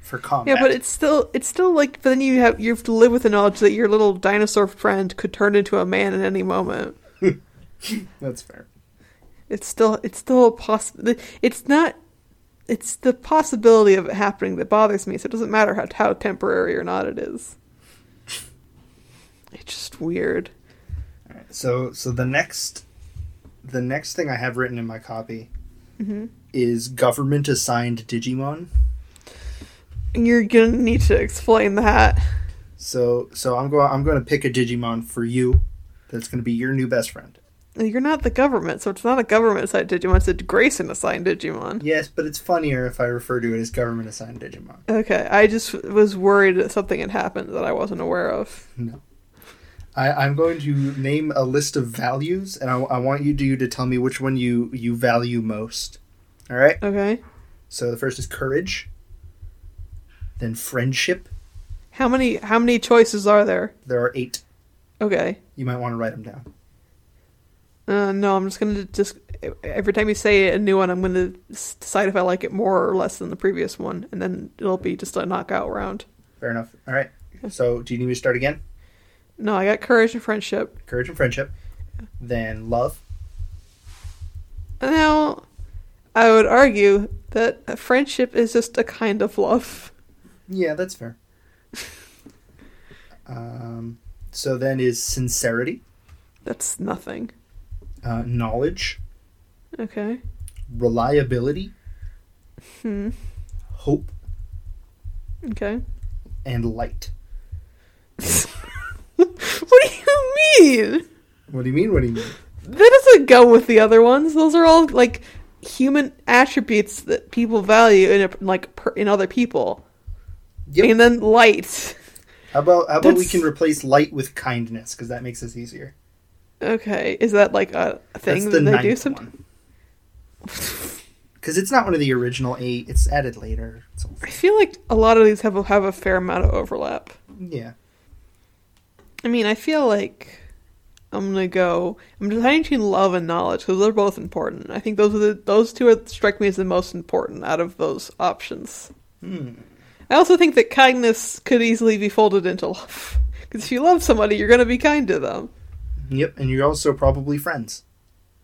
Speaker 2: for combat.
Speaker 1: Yeah, but it's still it's still like but then you have you have to live with the knowledge that your little dinosaur friend could turn into a man at any moment.
Speaker 2: that's fair.
Speaker 1: It's still it's still a poss it's not it's the possibility of it happening that bothers me, so it doesn't matter how how temporary or not it is. It's just weird.
Speaker 2: All right. So so the next the next thing I have written in my copy
Speaker 1: Mhm.
Speaker 2: is government assigned Digimon.
Speaker 1: And You're gonna need to explain that.
Speaker 2: So so I'm going I'm going to pick a Digimon for you. That's going to be your new best friend.
Speaker 1: You're not the government, so it's not a government assigned Digimon, it's a Grayson assigned Digimon.
Speaker 2: Yes, but it's funnier if I refer to it as government assigned Digimon.
Speaker 1: Okay, I just was worried that something had happened that I wasn't aware of.
Speaker 2: I, I'm going to name a list of values, and I, I want you to, to tell me which one you, you value most. All right?
Speaker 1: Okay.
Speaker 2: So the first is courage, then friendship.
Speaker 1: How many how many choices are there?
Speaker 2: There are eight.
Speaker 1: Okay.
Speaker 2: You might want to write them down.
Speaker 1: Uh, no, I'm just gonna just every time you say a new one, I'm gonna s- decide if I like it more or less than the previous one, and then it'll be just a knockout round.
Speaker 2: Fair enough. All right. So do you need me to start again?
Speaker 1: No, I got courage and friendship.
Speaker 2: Courage and friendship, then love.
Speaker 1: Now, I would argue that friendship is just a kind of love.
Speaker 2: Yeah, that's fair. um, so then is sincerity,
Speaker 1: That's nothing.
Speaker 2: uh, knowledge,
Speaker 1: Okay.
Speaker 2: reliability,
Speaker 1: Hmm.
Speaker 2: hope,
Speaker 1: Okay.
Speaker 2: and light.
Speaker 1: what do you mean?
Speaker 2: What do you mean? What do you mean?
Speaker 1: That doesn't go with the other ones. Those are all like human attributes that people value in a, like per, in other people.
Speaker 2: Yep.
Speaker 1: And then light.
Speaker 2: How about how about we
Speaker 1: That's-
Speaker 2: can replace light with kindness because that makes us easier.
Speaker 1: Okay, is that like a
Speaker 2: That's
Speaker 1: thing
Speaker 2: the
Speaker 1: that they
Speaker 2: ninth
Speaker 1: do sometimes?
Speaker 2: one. Because it's not one of the original eight; it's added later. So,
Speaker 1: I feel like a lot of these have a, have a fair amount of overlap.
Speaker 2: yeah,
Speaker 1: I mean, I feel like I'm gonna go. I'm deciding between love and knowledge because they're both important. I think those are the those two are, strike me as the most important out of those options.
Speaker 2: Hmm.
Speaker 1: I also think that kindness could easily be folded into love because if you love somebody, you're gonna be kind to them.
Speaker 2: yep. And you're also probably friends.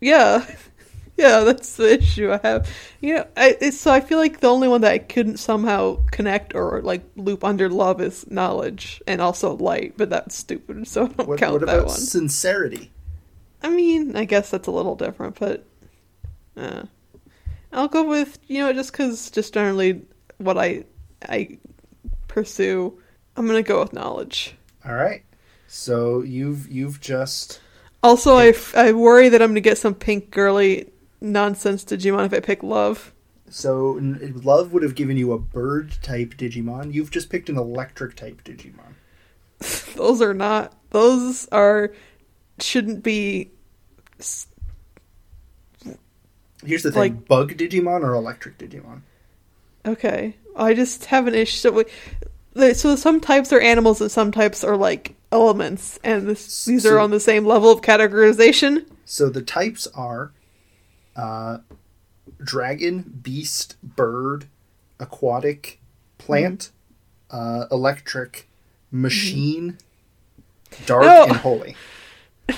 Speaker 1: Yeah, yeah, that's the issue I have. You know, I, it's, so I feel like the only one that I couldn't somehow connect or like loop under love is knowledge and also light, but that's stupid. So I don't
Speaker 2: What,
Speaker 1: count
Speaker 2: what
Speaker 1: that
Speaker 2: about
Speaker 1: one.
Speaker 2: sincerity?
Speaker 1: I mean, I guess that's a little different, but uh, I'll go with you know just because just generally what I I pursue. I'm gonna go with knowledge.
Speaker 2: All right. So you've you've just
Speaker 1: Also, I, f- I worry that I'm gonna get some pink girly nonsense Digimon if I pick love.
Speaker 2: so n- love would have given you a bird type Digimon. You've just picked an electric type Digimon.
Speaker 1: Those are not. Those are shouldn't be. s-
Speaker 2: Here's the thing:
Speaker 1: Like-
Speaker 2: bug Digimon or electric Digimon.
Speaker 1: Okay, I just have an issue. So, we- there- so some types are animals and some types are like elements, and this, these
Speaker 2: So-
Speaker 1: are on the same level of categorization.
Speaker 2: So the types are uh, dragon, beast, bird, aquatic, plant, uh, electric, machine, dark,
Speaker 1: No.
Speaker 2: and holy.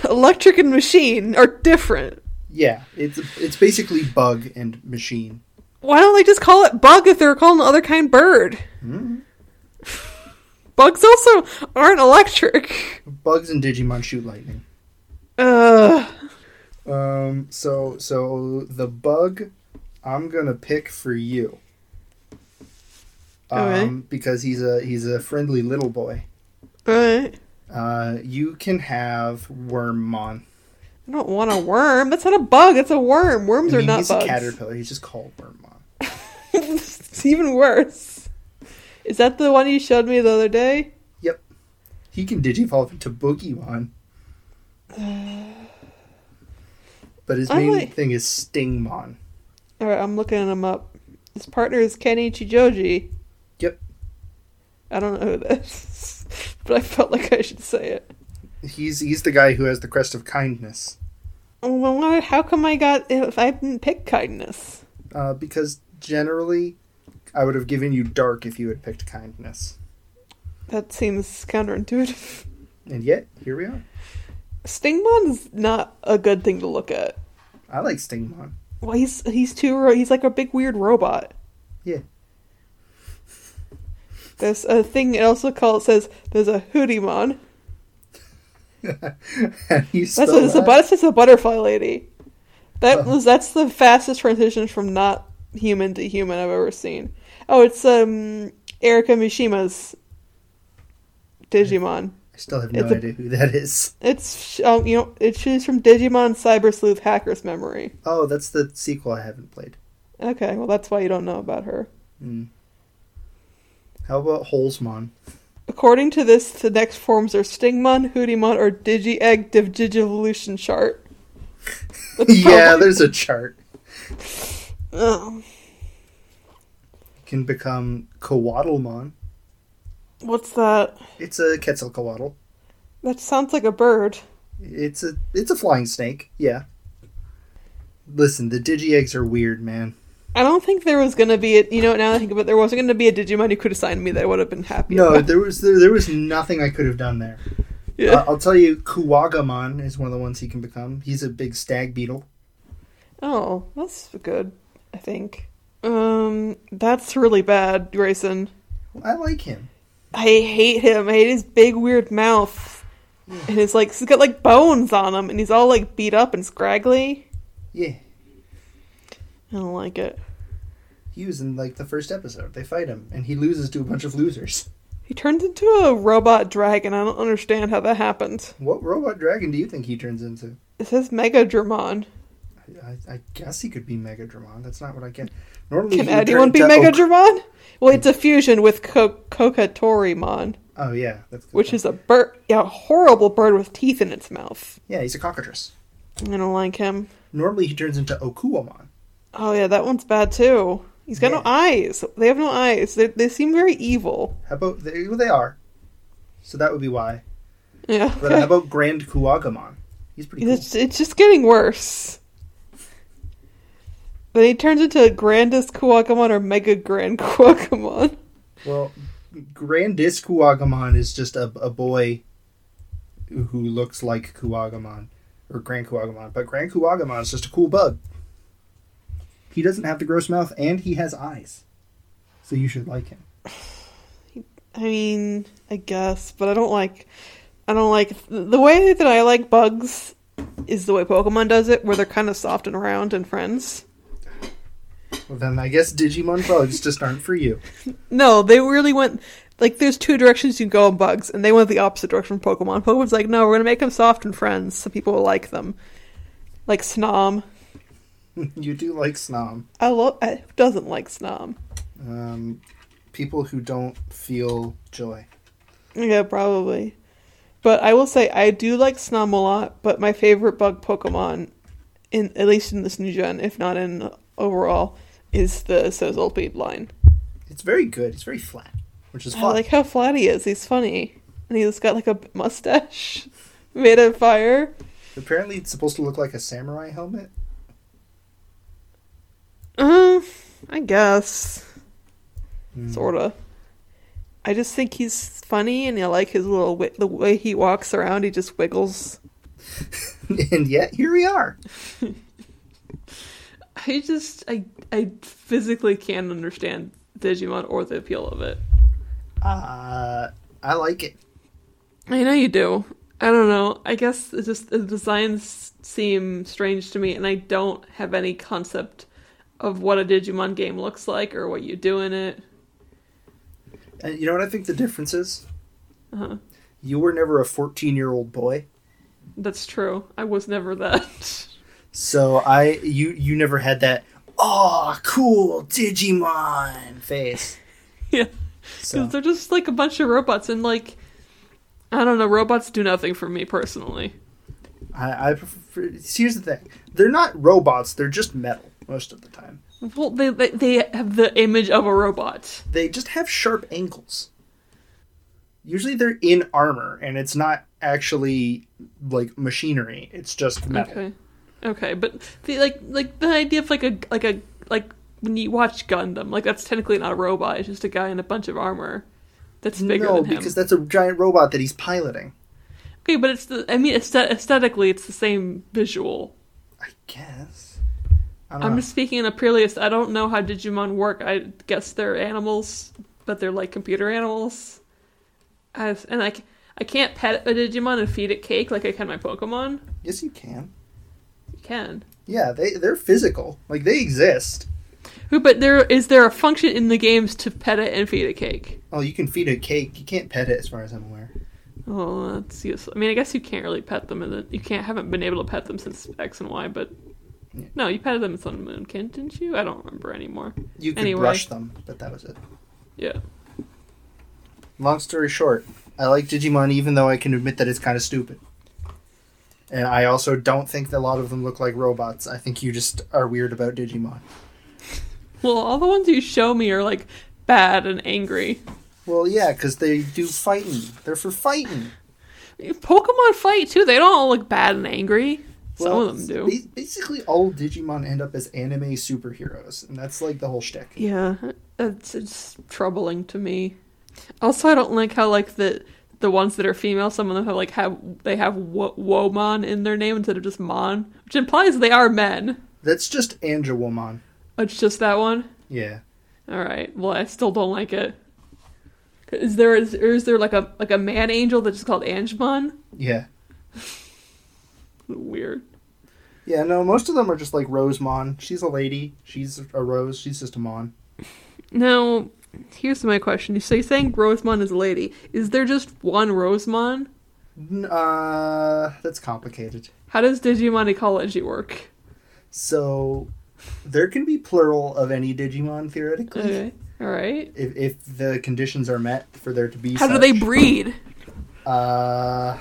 Speaker 1: Electric and machine are different.
Speaker 2: Yeah, it's it's basically bug and machine.
Speaker 1: Why don't they just call it bug if they're calling the other kind bird?
Speaker 2: Hmm.
Speaker 1: Bugs also aren't electric.
Speaker 2: Bugs and Digimon shoot lightning.
Speaker 1: Ugh.
Speaker 2: Um. So so the bug, I'm gonna pick for you. Um,
Speaker 1: Okay.
Speaker 2: Because he's a he's a friendly little boy.
Speaker 1: Alright.
Speaker 2: Uh, you can have Wormmon.
Speaker 1: I don't want a worm. That's not a bug. It's a worm. Worms
Speaker 2: I
Speaker 1: are
Speaker 2: mean,
Speaker 1: not
Speaker 2: he's
Speaker 1: bugs.
Speaker 2: a caterpillar. He's just called Wormmon.
Speaker 1: it's even worse. Is that the one you showed me the other day?
Speaker 2: He can digivolve into Boogiemon. But his
Speaker 1: I
Speaker 2: main
Speaker 1: like-
Speaker 2: thing is Stingmon.
Speaker 1: All right, I'm looking him up. His partner is Kenny Chijoji.
Speaker 2: Yep.
Speaker 1: I don't know who that is, but I felt like I should say it.
Speaker 2: He's he's the guy who has the crest of kindness.
Speaker 1: Well, why- how come I got if I didn't pick kindness?
Speaker 2: Uh, because generally, I would have given you dark if you had picked kindness.
Speaker 1: That seems counterintuitive.
Speaker 2: And yet, here we are.
Speaker 1: Stingmon is not a good thing to look at.
Speaker 2: I like Stingmon.
Speaker 1: Well, he's he's too ro- he's like a big weird robot.
Speaker 2: Yeah.
Speaker 1: There's a thing it also calls says there's a Hootiemon.
Speaker 2: you
Speaker 1: That's
Speaker 2: spell
Speaker 1: a, it's a
Speaker 2: that?
Speaker 1: but- it's a butterfly lady. That
Speaker 2: Oh.
Speaker 1: was that's the fastest transition from not human to human I've ever seen. Oh, it's um Erica Mishima's Digimon.
Speaker 2: I still have no
Speaker 1: it's a-
Speaker 2: idea who that is.
Speaker 1: It's um, you know it she's from Digimon Cyber Sleuth Hacker's Memory.
Speaker 2: Oh, that's the sequel I haven't played.
Speaker 1: Okay, well that's why you don't know about her.
Speaker 2: Mm. How about Holzmon?
Speaker 1: According to this, the next forms are Stingmon, Hootimon, or Digi-Egg Div- Digivolution chart. That's
Speaker 2: yeah,
Speaker 1: probably-
Speaker 2: there's a chart.
Speaker 1: Ugh.
Speaker 2: Can become Coatlemon.
Speaker 1: What's that?
Speaker 2: It's a Quetzalcoatl.
Speaker 1: That sounds like a bird.
Speaker 2: It's a it's a flying snake. Yeah. Listen, the digi eggs are weird, man.
Speaker 1: I don't think there was gonna be a you know now that I think about it, there wasn't gonna be a Digimon you could assign me that I would have been happy.
Speaker 2: No,
Speaker 1: about.
Speaker 2: there was there, there was nothing I could have done there.
Speaker 1: yeah.
Speaker 2: Uh, I'll tell you, Kuwagamon is one of the ones he can become. He's a big stag beetle.
Speaker 1: oh, that's good. I think. Um, that's really bad, Grayson.
Speaker 2: I like him.
Speaker 1: I hate him. I hate his big weird mouth, and his like he's got like bones on him, and he's all like beat up and scraggly.
Speaker 2: Yeah,
Speaker 1: I don't like it.
Speaker 2: he was in like the first episode. They fight him, and he loses to a bunch of losers.
Speaker 1: He turns into a robot dragon. I don't understand how that happened.
Speaker 2: What robot dragon do you think he turns into?
Speaker 1: It says Mega Dramon.
Speaker 2: I, I, I guess he could be Megadramon. That's not what I get. Normally,
Speaker 1: Can
Speaker 2: he would
Speaker 1: anyone
Speaker 2: turn
Speaker 1: be
Speaker 2: to
Speaker 1: Mega
Speaker 2: Oak-
Speaker 1: Dramon? Well, it's a fusion with Co- Kokatorimon,
Speaker 2: Oh yeah, that's a good
Speaker 1: which
Speaker 2: one.
Speaker 1: is a bird, yeah, a horrible bird with teeth in its mouth.
Speaker 2: yeah, he's a cockatrice.
Speaker 1: I don't like him.
Speaker 2: Normally, he turns into Okuamon.
Speaker 1: Oh yeah, that one's bad too. He's got no
Speaker 2: Yeah.
Speaker 1: eyes. They have no eyes. They they seem very evil.
Speaker 2: How about they, well, they are? So that would be why.
Speaker 1: Yeah.
Speaker 2: But how about Grand Kuwagamon? He's pretty cool.
Speaker 1: It's, it's just getting worse. Then he turns into Grandest Kuwakamon or Mega Grand Kuwakamon.
Speaker 2: Well, Grandis Kuwagamon is just a, a boy who looks like Kuwagamon or Grand Kuwagamon, but Grand Kuwagamon is just a cool bug. He doesn't have the gross mouth and he has eyes. So you should like him.
Speaker 1: I mean, I guess, but I don't like. I don't like the way that I like bugs is the way Pokemon does it, where they're kind of soft and round and friends.
Speaker 2: Well, then I guess Digimon bugs just aren't for you.
Speaker 1: No, they really went like there's two directions you can go on bugs, and they went the opposite direction from Pokemon. Pokemon's like, no, we're gonna make them soft and friends, so people will like them. Like Snom,
Speaker 2: you do like Snom.
Speaker 1: I love. Who doesn't like Snom?
Speaker 2: Um, people who don't feel joy.
Speaker 1: Yeah, probably. But I will say I do like Snom a lot, but my favorite bug Pokemon in at least in this new gen, if not in overall, is the Sozolpeed line.
Speaker 2: It's very good. It's very flat, which is
Speaker 1: I
Speaker 2: fun.
Speaker 1: like how flat he is. He's funny. And he's got like a mustache made of fire.
Speaker 2: Apparently, it's supposed to look like a samurai helmet.
Speaker 1: Uh, I guess.
Speaker 2: Mm.
Speaker 1: Sorta. I just think he's funny and I like his little wi- the way he walks around, he just wiggles.
Speaker 2: and yet, here we are.
Speaker 1: I just I I physically can't understand Digimon or the appeal of it.
Speaker 2: Uh, I like it.
Speaker 1: I know you do. I don't know. I guess it's just the designs seem strange to me, and I don't have any concept of what a Digimon game looks like or what you do in it.
Speaker 2: And Uh, you know what I think the difference is?
Speaker 1: Uh-huh.
Speaker 2: You were never a 14 year old boy.
Speaker 1: That's true. I was never that.
Speaker 2: So I you you never had that oh cool Digimon face.
Speaker 1: yeah,
Speaker 2: So
Speaker 1: because they're just like a bunch of robots, and like I don't know, robots do nothing for me personally.
Speaker 2: I, I prefer, here's the thing. They're not robots, they're just metal most of the time.
Speaker 1: Well, they they, they have the image of a robot.
Speaker 2: They just have sharp ankles. Usually they're in armor and it's not actually like machinery. It's just metal.
Speaker 1: Okay, okay, but the, like like the idea of like a like a like when you watch Gundam, like that's technically not a robot. It's just a guy in a bunch of armor that's bigger
Speaker 2: no,
Speaker 1: than him.
Speaker 2: because that's a giant robot that he's piloting.
Speaker 1: Okay, but it's the. I mean, aesthet- aesthetically, it's the same visual.
Speaker 2: I guess. I don't
Speaker 1: I'm
Speaker 2: know.
Speaker 1: just speaking in a purely. aest- I don't know how Digimon work. I guess they're animals, but they're like computer animals. I, and I, c- I can't pet a Digimon and feed it cake like I can my Pokemon.
Speaker 2: Yes, you can.
Speaker 1: You can.
Speaker 2: Yeah, they they're physical. Like they exist.
Speaker 1: Who? But there is there a function in the games to pet it and feed it cake.
Speaker 2: Oh, you can feed a cake. You can't pet it, as far as I'm aware.
Speaker 1: Oh, that's useless. I mean, I guess you can't really pet them, and the, you can't haven't been able to pet them since X and Y. But
Speaker 2: Yeah.
Speaker 1: no, you petted them in Sun and Moon, can't didn't you? I don't remember anymore.
Speaker 2: You could
Speaker 1: Anyway.
Speaker 2: brush them, but that was it.
Speaker 1: Yeah.
Speaker 2: Long story short, I like Digimon, even though I can admit that it's kind of stupid. And I also don't think that a lot of them look like robots. I think you just are weird about Digimon.
Speaker 1: Well, all the ones you show me are like bad and angry.
Speaker 2: Well, yeah, because they do fighting. They're for fighting.
Speaker 1: Pokemon fight too. They don't all look bad and angry. Some
Speaker 2: Well,
Speaker 1: of them do.
Speaker 2: ba- Basically, all Digimon end up as anime superheroes, and that's like the whole shtick.
Speaker 1: Yeah, it's it's troubling to me. Also, I don't like how like the the ones that are female, some of them have like have they have wo- Womon in their name instead of just Mon, which implies they are men.
Speaker 2: That's just Anja Woman.
Speaker 1: It's just that one.
Speaker 2: Yeah.
Speaker 1: All right. Well, I still don't like it. Is there is, or is there like a like a man angel that's just called Angemon?
Speaker 2: Yeah.
Speaker 1: Weird.
Speaker 2: Yeah, no, most of them are just like Rosemon. She's a lady. She's a rose. She's just a mon.
Speaker 1: Now, here's my question. So you're saying Rosemon is a lady. Is there just one Rosemon?
Speaker 2: N- Uh, that's complicated.
Speaker 1: How does Digimon ecology work?
Speaker 2: So, there can be plural of any Digimon theoretically
Speaker 1: Okay. All right.
Speaker 2: if, if the conditions are met for there to be.
Speaker 1: How do
Speaker 2: such.
Speaker 1: they breed?
Speaker 2: Uh,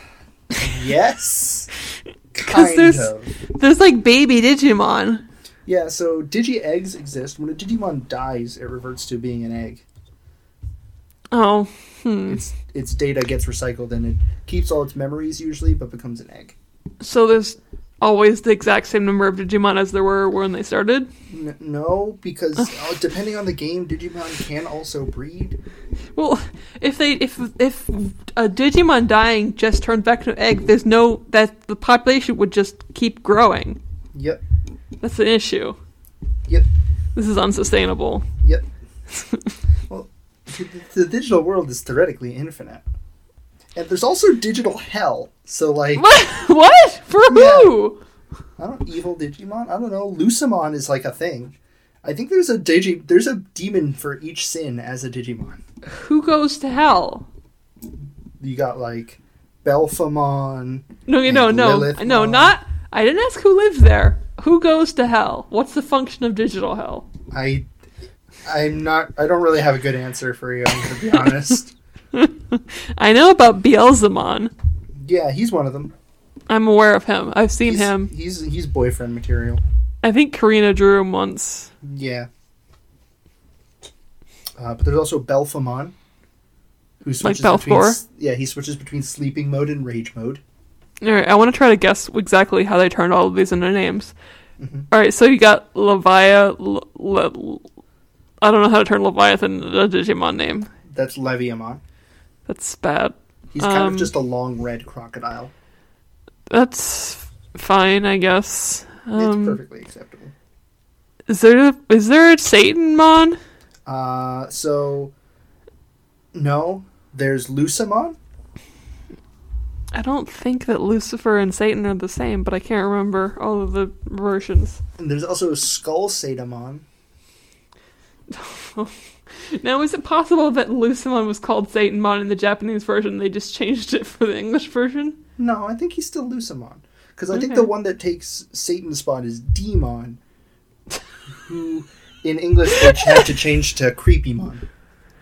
Speaker 2: yes,
Speaker 1: Because
Speaker 2: kind
Speaker 1: there's
Speaker 2: of.
Speaker 1: there's like baby Digimon.
Speaker 2: Yeah, so digi eggs exist. When a Digimon dies, it reverts to being an egg.
Speaker 1: Oh, hmm.
Speaker 2: Its its data gets recycled and it keeps all its memories usually, but becomes an egg.
Speaker 1: So there's always the exact same number of Digimon as there were when they started.
Speaker 2: N- no, because uh, depending on the game, Digimon can also breed.
Speaker 1: Well, if they if if a Digimon dying just turned back to an egg, there's no that the population would just keep growing.
Speaker 2: Yep,
Speaker 1: That's an issue.
Speaker 2: yep,
Speaker 1: This is unsustainable.
Speaker 2: yep. well, the, the digital world is theoretically infinite, and there's also digital hell. So like,
Speaker 1: What? What? For who?
Speaker 2: I don't evil Digimon. I don't know. Lucimon is like a thing. I think there's a digi. There's a demon for each sin as a Digimon.
Speaker 1: Who goes to hell?
Speaker 2: You got like Belphamon.
Speaker 1: No, you
Speaker 2: And
Speaker 1: know, no,
Speaker 2: Lilith
Speaker 1: no,
Speaker 2: Mon.
Speaker 1: not. I didn't ask who lives there. Who goes to hell? What's the function of digital hell?
Speaker 2: I, I'm not. I don't really have a good answer for you. I'm gonna be honest.
Speaker 1: I know about Beelzemon.
Speaker 2: Yeah, he's one of them.
Speaker 1: I'm aware of him. I've seen
Speaker 2: He's,
Speaker 1: him.
Speaker 2: He's he's boyfriend material.
Speaker 1: I think Karina drew him once.
Speaker 2: Yeah. Uh, but there's also Belphamon, who switches between.
Speaker 1: Belphor?
Speaker 2: s- Yeah, he switches between sleeping mode and rage mode.
Speaker 1: All right, I want to try to guess exactly how they turned all of these into names.
Speaker 2: Mhm.
Speaker 1: All right, so you got Levia. L- Le- I don't know how to turn Leviathan into a Digimon name.
Speaker 2: That's Leviamon.
Speaker 1: That's bad.
Speaker 2: He's kind
Speaker 1: Um,
Speaker 2: of just a long red crocodile.
Speaker 1: That's fine, I guess. Um,
Speaker 2: it's perfectly acceptable.
Speaker 1: Is there is there a Satan mon?
Speaker 2: Uh, so no, there's Lucimon.
Speaker 1: I don't think that Lucifer and Satan are the same, but I can't remember all of the versions.
Speaker 2: And there's also Skull Satamon.
Speaker 1: Now, is it possible that Lucimon was called Satan mon in the Japanese version? They just changed it for the English version.
Speaker 2: No, I think he's still Lucimon. Because I think
Speaker 1: Okay.
Speaker 2: the one that takes Satan's spot is Demon, who in English they had to change to Creepymon.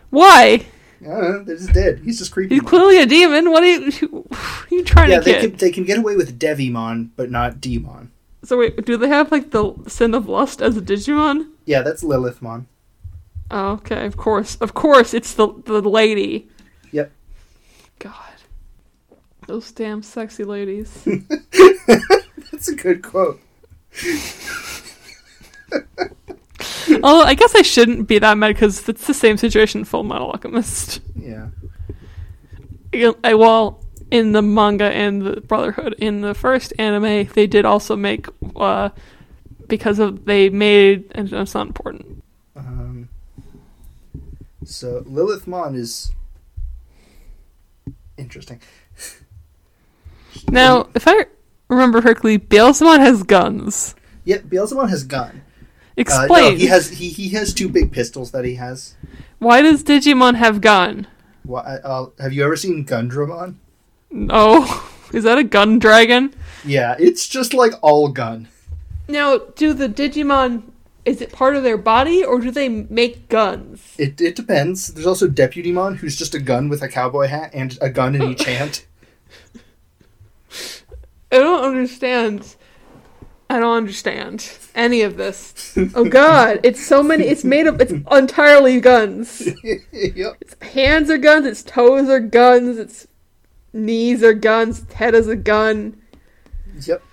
Speaker 1: Why?
Speaker 2: I don't know, they're just dead. He's just Creepymon.
Speaker 1: He's clearly a demon. What are you, who are you trying
Speaker 2: yeah,
Speaker 1: to
Speaker 2: they
Speaker 1: get?
Speaker 2: can, they can get away with Devimon, but not Demon.
Speaker 1: So wait, do they have like the sin of lust as a Digimon?
Speaker 2: Yeah, that's Lilithmon.
Speaker 1: Oh, okay, of course, of course, it's the the lady.
Speaker 2: Yep.
Speaker 1: God, those damn sexy ladies.
Speaker 2: That's a good quote.
Speaker 3: Oh, I guess I shouldn't be that mad because it's the same situation in Full Metal Alchemist.
Speaker 2: Yeah.
Speaker 3: I, well, in the manga and the Brotherhood, in the first anime, they did also make uh, because of they made and it's not important.
Speaker 2: Um, so Lilith Mon is interesting.
Speaker 3: Now, if I remember correctly, Beelzemon has guns.
Speaker 2: Yep, Beelzebub has gun. Uh,
Speaker 3: Explain
Speaker 2: no, he has he, he has two big pistols that he has.
Speaker 3: why does Digimon have gun?
Speaker 2: Wha uh, have you ever seen Gundramon?
Speaker 3: No, is that a gun dragon?
Speaker 2: Yeah, it's just like all gun.
Speaker 1: Now, do the Digimon is it part of their body or do they make guns?
Speaker 2: It, it depends. There's also Deputymon, who's just a gun with a cowboy hat and a gun in each hand.
Speaker 1: I don't understand. I don't understand any of this. Oh god, it's so many it's made of it's entirely guns.
Speaker 2: yep.
Speaker 1: Its hands are guns, its toes are guns, its knees are guns, its head is a gun.
Speaker 2: Yep.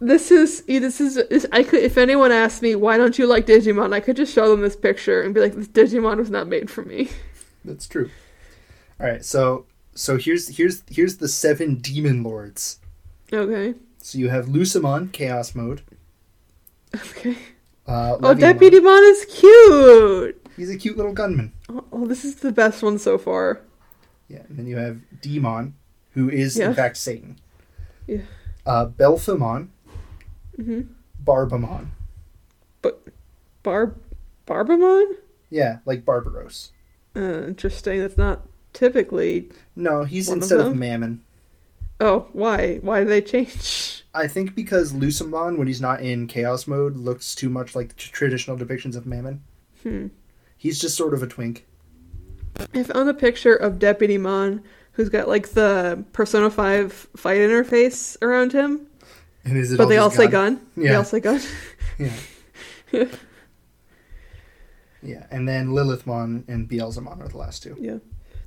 Speaker 1: This is this is this, I could if anyone asked me why don't you like Digimon, I could just show them this picture and be like this Digimon was not made for me.
Speaker 2: That's true. All right, so so here's here's here's the seven demon lords.
Speaker 1: Okay.
Speaker 2: So you have Lucimon, Chaos Mode.
Speaker 1: Okay.
Speaker 2: Uh,
Speaker 1: Oh,
Speaker 2: Levimon.
Speaker 1: Deputy Mon is cute.
Speaker 2: He's a cute little gunman.
Speaker 1: Oh, oh, this is the best one so far.
Speaker 2: Yeah, and then you have Demon, who is
Speaker 1: Yeah.
Speaker 2: in fact Satan.
Speaker 1: Yeah.
Speaker 2: Uh, Belphamon,
Speaker 1: Mhm.
Speaker 2: Barbamon.
Speaker 1: Barb Barbamon?
Speaker 2: Yeah, like Barbaros.
Speaker 1: Uh, interesting. That's not typically.
Speaker 2: No, he's
Speaker 1: One of
Speaker 2: instead of,
Speaker 1: them?
Speaker 2: Mammon.
Speaker 1: Oh, why? Why do they change?
Speaker 2: I think because Lucimon, when he's not in Chaos Mode, looks too much like the t- traditional depictions of Mammon.
Speaker 1: Hmm.
Speaker 2: He's just sort of a twink.
Speaker 1: I found a picture of Deputy Mon who's got like the Persona 5 fight interface around him,
Speaker 2: And is it
Speaker 1: but they
Speaker 2: just
Speaker 1: all say gun. They
Speaker 2: Yeah.
Speaker 1: all say gun.
Speaker 2: Yeah, and then Lilithmon and Beelzemon are the last two.
Speaker 1: yeah.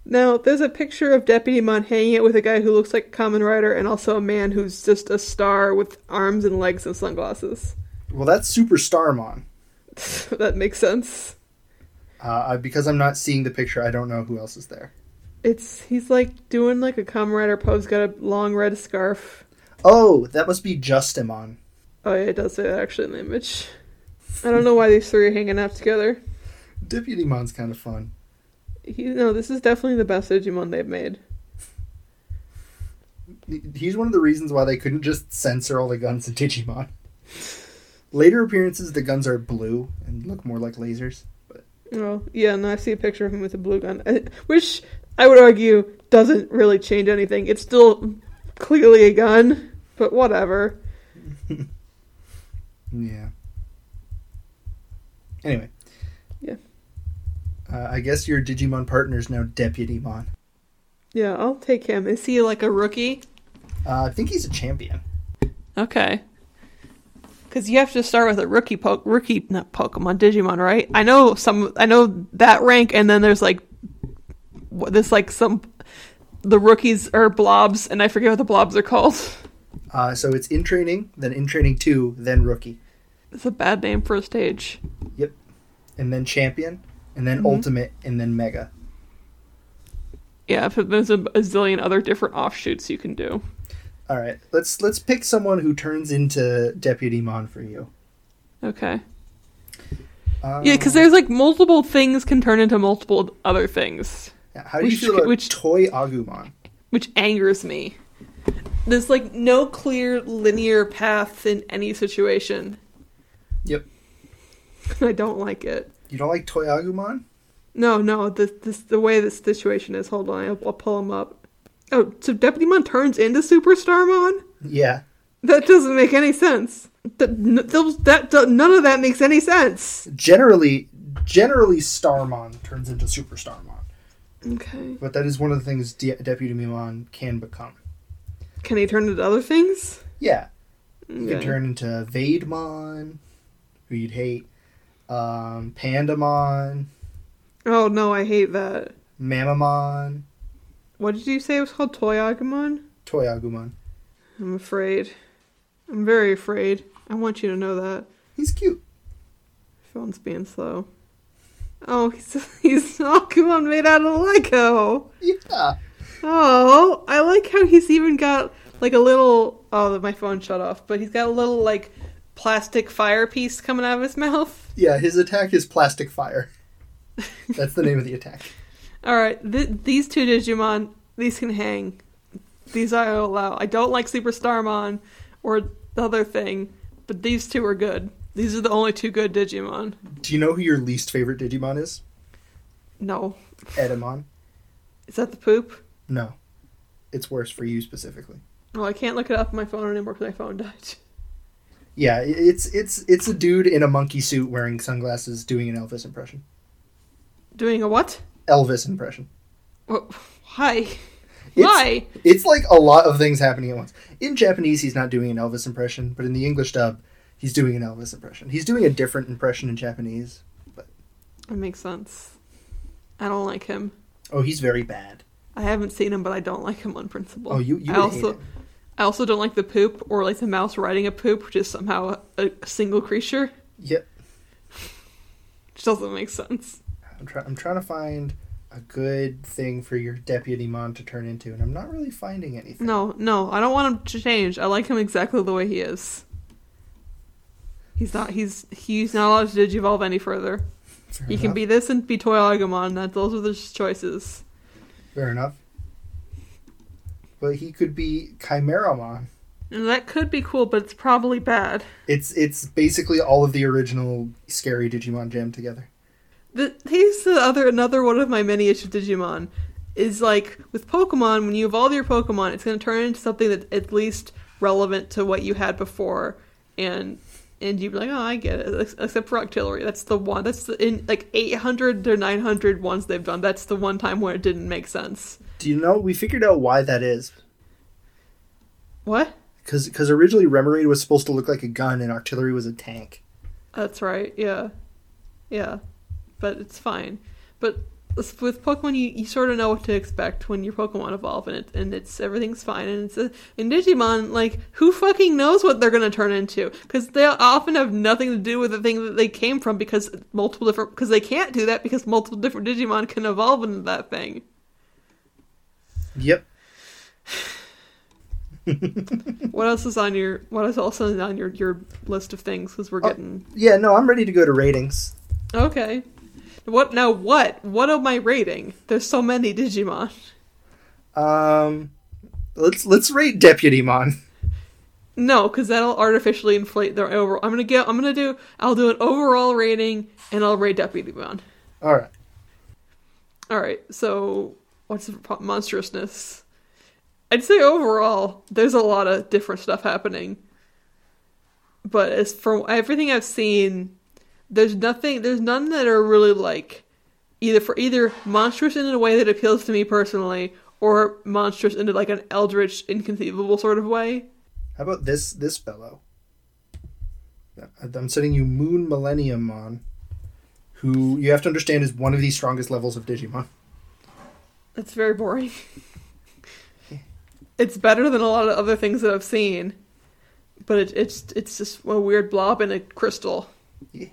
Speaker 1: Now, there's a picture of Deputy Mon hanging out with a guy who looks like a common rider and also a man who's just a star with arms and legs and sunglasses.
Speaker 2: Well, that's Super Starmon.
Speaker 1: that makes sense.
Speaker 2: Uh, because I'm not seeing the picture, I don't know who else is there.
Speaker 1: It's he's like doing like a comrade pose, got a long red scarf.
Speaker 2: Oh, that must be Justimon.
Speaker 1: Oh yeah, it does say that actually in the image. I don't know why these three are hanging out together.
Speaker 2: Deputy Mon's kind of fun.
Speaker 1: You know, this is definitely the best Digimon they've made.
Speaker 2: He- He's one of the reasons why they couldn't just censor all the guns in Digimon. Later appearances, the guns are blue and look more like lasers.
Speaker 1: Well, Oh, yeah, and I see a picture of him with a blue gun, I- which I would argue doesn't really change anything. It's still clearly a gun, but whatever.
Speaker 2: Yeah. Anyway.
Speaker 1: Yeah.
Speaker 2: Uh, I guess your Digimon partner's now Deputy Mon.
Speaker 1: Yeah, I'll take him. Is he like a rookie?
Speaker 2: Uh, I think he's a champion.
Speaker 3: Okay. Because you have to start with a rookie po- rookie not Pokemon Digimon, right? I know some. I know that rank, and then there's like wh- this like some the rookies are blobs, and I forget what the blobs are called.
Speaker 2: Uh, so it's in training, then in training two, then rookie,
Speaker 3: It's a bad name for a stage.
Speaker 2: and then champion, and then ultimate, and then mega.
Speaker 3: Yeah, but there's a, a zillion other different offshoots you can do.
Speaker 2: All right, let's let's pick someone who turns into Deputy Mon for you.
Speaker 3: Okay.
Speaker 2: Um,
Speaker 3: Yeah, because there's like multiple things can turn into multiple other things.
Speaker 2: how do you
Speaker 3: which-
Speaker 2: feel about
Speaker 3: which-
Speaker 2: Toy Agumon?
Speaker 3: which angers me. There's like no clear linear path in any situation.
Speaker 2: Yep.
Speaker 3: I don't like it.
Speaker 2: You don't like Toy Agumon?
Speaker 1: No, no, this, this the way this situation is. Hold on, I'll, I'll pull him up. Oh, so Deputy Mon turns into Superstar Mon?
Speaker 2: Yeah,
Speaker 1: That doesn't make any sense. Th- n- those- that, do- none of that makes any sense.
Speaker 2: generally, generally Starmon turns into Super Starmon,
Speaker 1: Okay.
Speaker 2: but that is one of the things De- Deputy Mon can become.
Speaker 1: Can he turn into other things?
Speaker 2: Yeah, you
Speaker 1: Okay.
Speaker 2: can turn into Vademon, who you'd hate, um, Pandamon,
Speaker 1: Oh no, I hate that.
Speaker 2: Mamamon,
Speaker 1: What did you say it was called? Toyagamon?
Speaker 2: Toy Agumon.
Speaker 1: I'm afraid. I'm very afraid. I want you to know that.
Speaker 2: He's cute.
Speaker 1: Phone's being slow. Oh, he's he's Pokemon made out of Lego.
Speaker 2: Yeah.
Speaker 1: Oh, I like how he's even got like a little. Oh, my phone shut off. But he's got a little like plastic fire piece coming out of his mouth.
Speaker 2: Yeah, his attack is plastic fire. That's the name of the attack.
Speaker 1: All right, th- these two Digimon, these can hang. These I allow. I don't like Super Starmon or the other thing, but these two are good. These are the only two good Digimon.
Speaker 2: Do you know who your least favorite Digimon is?
Speaker 1: No,
Speaker 2: Edamon?
Speaker 1: is that the poop?
Speaker 2: No. It's worse for you specifically.
Speaker 1: Well, I can't look it up on my phone anymore because my phone died.
Speaker 2: Yeah, i- it's it's it's a dude in a monkey suit wearing sunglasses doing an Elvis impression.
Speaker 1: Doing a what?
Speaker 2: Elvis impression.
Speaker 1: Wh- Why?
Speaker 2: It's-
Speaker 1: Why?
Speaker 2: It's like a lot of things happening at once. In Japanese, he's not doing an Elvis impression, but in the English dub, he's doing an Elvis impression. He's doing a different impression in Japanese.
Speaker 1: It makes sense. I don't like him.
Speaker 2: Oh, he's very bad.
Speaker 1: I haven't seen him, but I don't like him on principle.
Speaker 2: Oh, you you
Speaker 1: I
Speaker 2: would
Speaker 1: also
Speaker 2: hate him.
Speaker 1: I also don't like the poop or like the mouse riding a poop, which is somehow a, a single creature,
Speaker 2: Yep.
Speaker 1: which doesn't make sense.
Speaker 2: I'm trying. I'm trying to find a good thing for your deputy mon to turn into, and I'm not really finding anything.
Speaker 1: No, no, I don't want him to change. I like him exactly the way he is. He's not. He's he's not allowed to digivolve any further.
Speaker 2: Fair
Speaker 1: He
Speaker 2: enough.
Speaker 1: can be this and be Toy Agumon. That those are the choices.
Speaker 2: Fair enough. But he could be Chimeramon.
Speaker 1: And that could be cool, but it's probably bad.
Speaker 2: It's it's basically all of the original scary Digimon jammed together.
Speaker 1: The, here's the other another one of my many issues with Digimon is like with Pokemon when you evolve your Pokemon, it's going to turn into something that's at least relevant to what you had before, and and you'd be like, oh, I get it. Ex- Except for Octillery, that's the one. That's the, in like 800 or 900 ones they've done. That's the one time where it didn't make sense.
Speaker 2: Do you know? We figured out why that is.
Speaker 1: What?
Speaker 2: Because originally Remoraid was supposed to look like a gun and Artillery was a tank.
Speaker 1: That's right. Yeah, yeah, but it's fine. But with with Pokemon, you, you sort of know what to expect when your Pokemon evolve, and it, and it's everything's fine. And it's a, in Digimon, like who fucking knows what they're gonna turn into? Because they often have nothing to do with the thing that they came from, because multiple different because they can't do that because multiple different Digimon can evolve into that thing.
Speaker 2: Yep.
Speaker 1: what else is on your What else also is on your your list of things? Because we're
Speaker 2: Oh.
Speaker 1: getting
Speaker 2: Yeah. No, I'm ready to go to ratings.
Speaker 1: Okay. What now? What? What am I rating? There's so many Digimon.
Speaker 2: Um, let's let's rate Deputy Mon.
Speaker 1: No, because that'll artificially inflate their overall. I'm gonna get. I'm gonna do. I'll do an overall rating, and I'll rate Deputymon.
Speaker 2: All right.
Speaker 1: All right. So what's the pro- monstrousness? I'd say overall, there's a lot of different stuff happening. But as from everything I've seen, there's nothing. There's none that are really like either for either monstrous in a way that appeals to me personally, or monstrous into like an eldritch, inconceivable sort of way.
Speaker 2: How about this this fellow? I'm sending you Moon Millennium Mon, who you have to understand is one of the strongest levels of Digimon.
Speaker 1: It's very boring. it's better than a lot of other things that I've seen, but it, it's it's just a weird blob in a crystal.
Speaker 2: Yeah.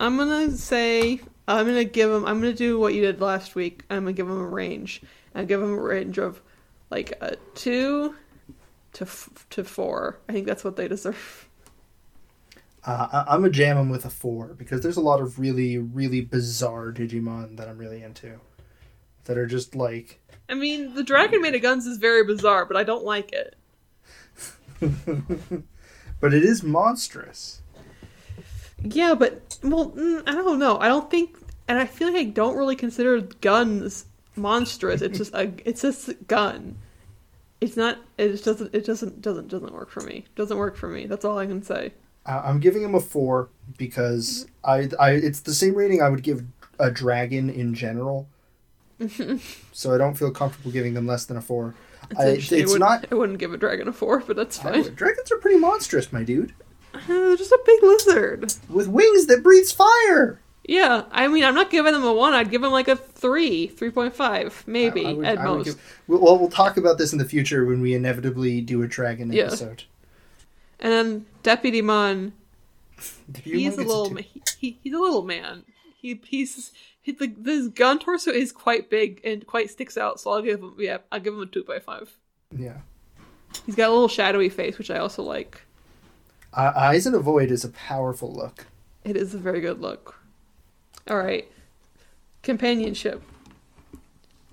Speaker 1: I'm gonna say I'm gonna give him. I'm gonna do what you did last week. I'm gonna give him a range. I give him a range of like a two to f- to four. I think that's what they deserve.
Speaker 2: Uh, I, I'm gonna jam him with a four because there's a lot of really really bizarre Digimon that I'm really into, that are just like
Speaker 1: I mean, the dragon made of guns is very bizarre, but I don't like it.
Speaker 2: but it is monstrous.
Speaker 1: Yeah, but well, mm, I don't know. I don't think, and I feel like I don't really consider guns monstrous. It's just a, it's just a gun. It's not. It just doesn't. It doesn't. Doesn't. Doesn't work for me. Doesn't work for me. That's all I can say.
Speaker 2: I- I'm giving him a four because I, I it's the same rating I would give a dragon in general. so I don't feel comfortable giving them less than a four.
Speaker 1: It's,
Speaker 2: I,
Speaker 1: interesting. I
Speaker 2: it's
Speaker 1: wouldn't-
Speaker 2: not.
Speaker 1: I wouldn't give a dragon a four, but that's
Speaker 2: I
Speaker 1: fine.
Speaker 2: would- Dragons are pretty monstrous, my dude,
Speaker 1: They're just a big lizard.
Speaker 2: with wings that breathes fire.
Speaker 1: Yeah, I mean, I'm not giving them a one. I'd give them like a three, three point five,
Speaker 2: I- I
Speaker 1: maybe
Speaker 2: would-
Speaker 1: at
Speaker 2: I would
Speaker 1: most.
Speaker 2: give- well, well, we'll talk about this in the future when we inevitably do a dragon
Speaker 1: Yeah.
Speaker 2: episode.
Speaker 1: And then Deputy Mon, he's a little ma- he, he, he's a little man. He he's he, the, this gun torso is quite big and quite sticks out. So I'll give him yeah I'll give him a two by five.
Speaker 2: Yeah.
Speaker 1: He's got a little shadowy face, which I also like.
Speaker 2: Uh, Eyes in a Void is a powerful look.
Speaker 1: It is a very good look. All right, companionship.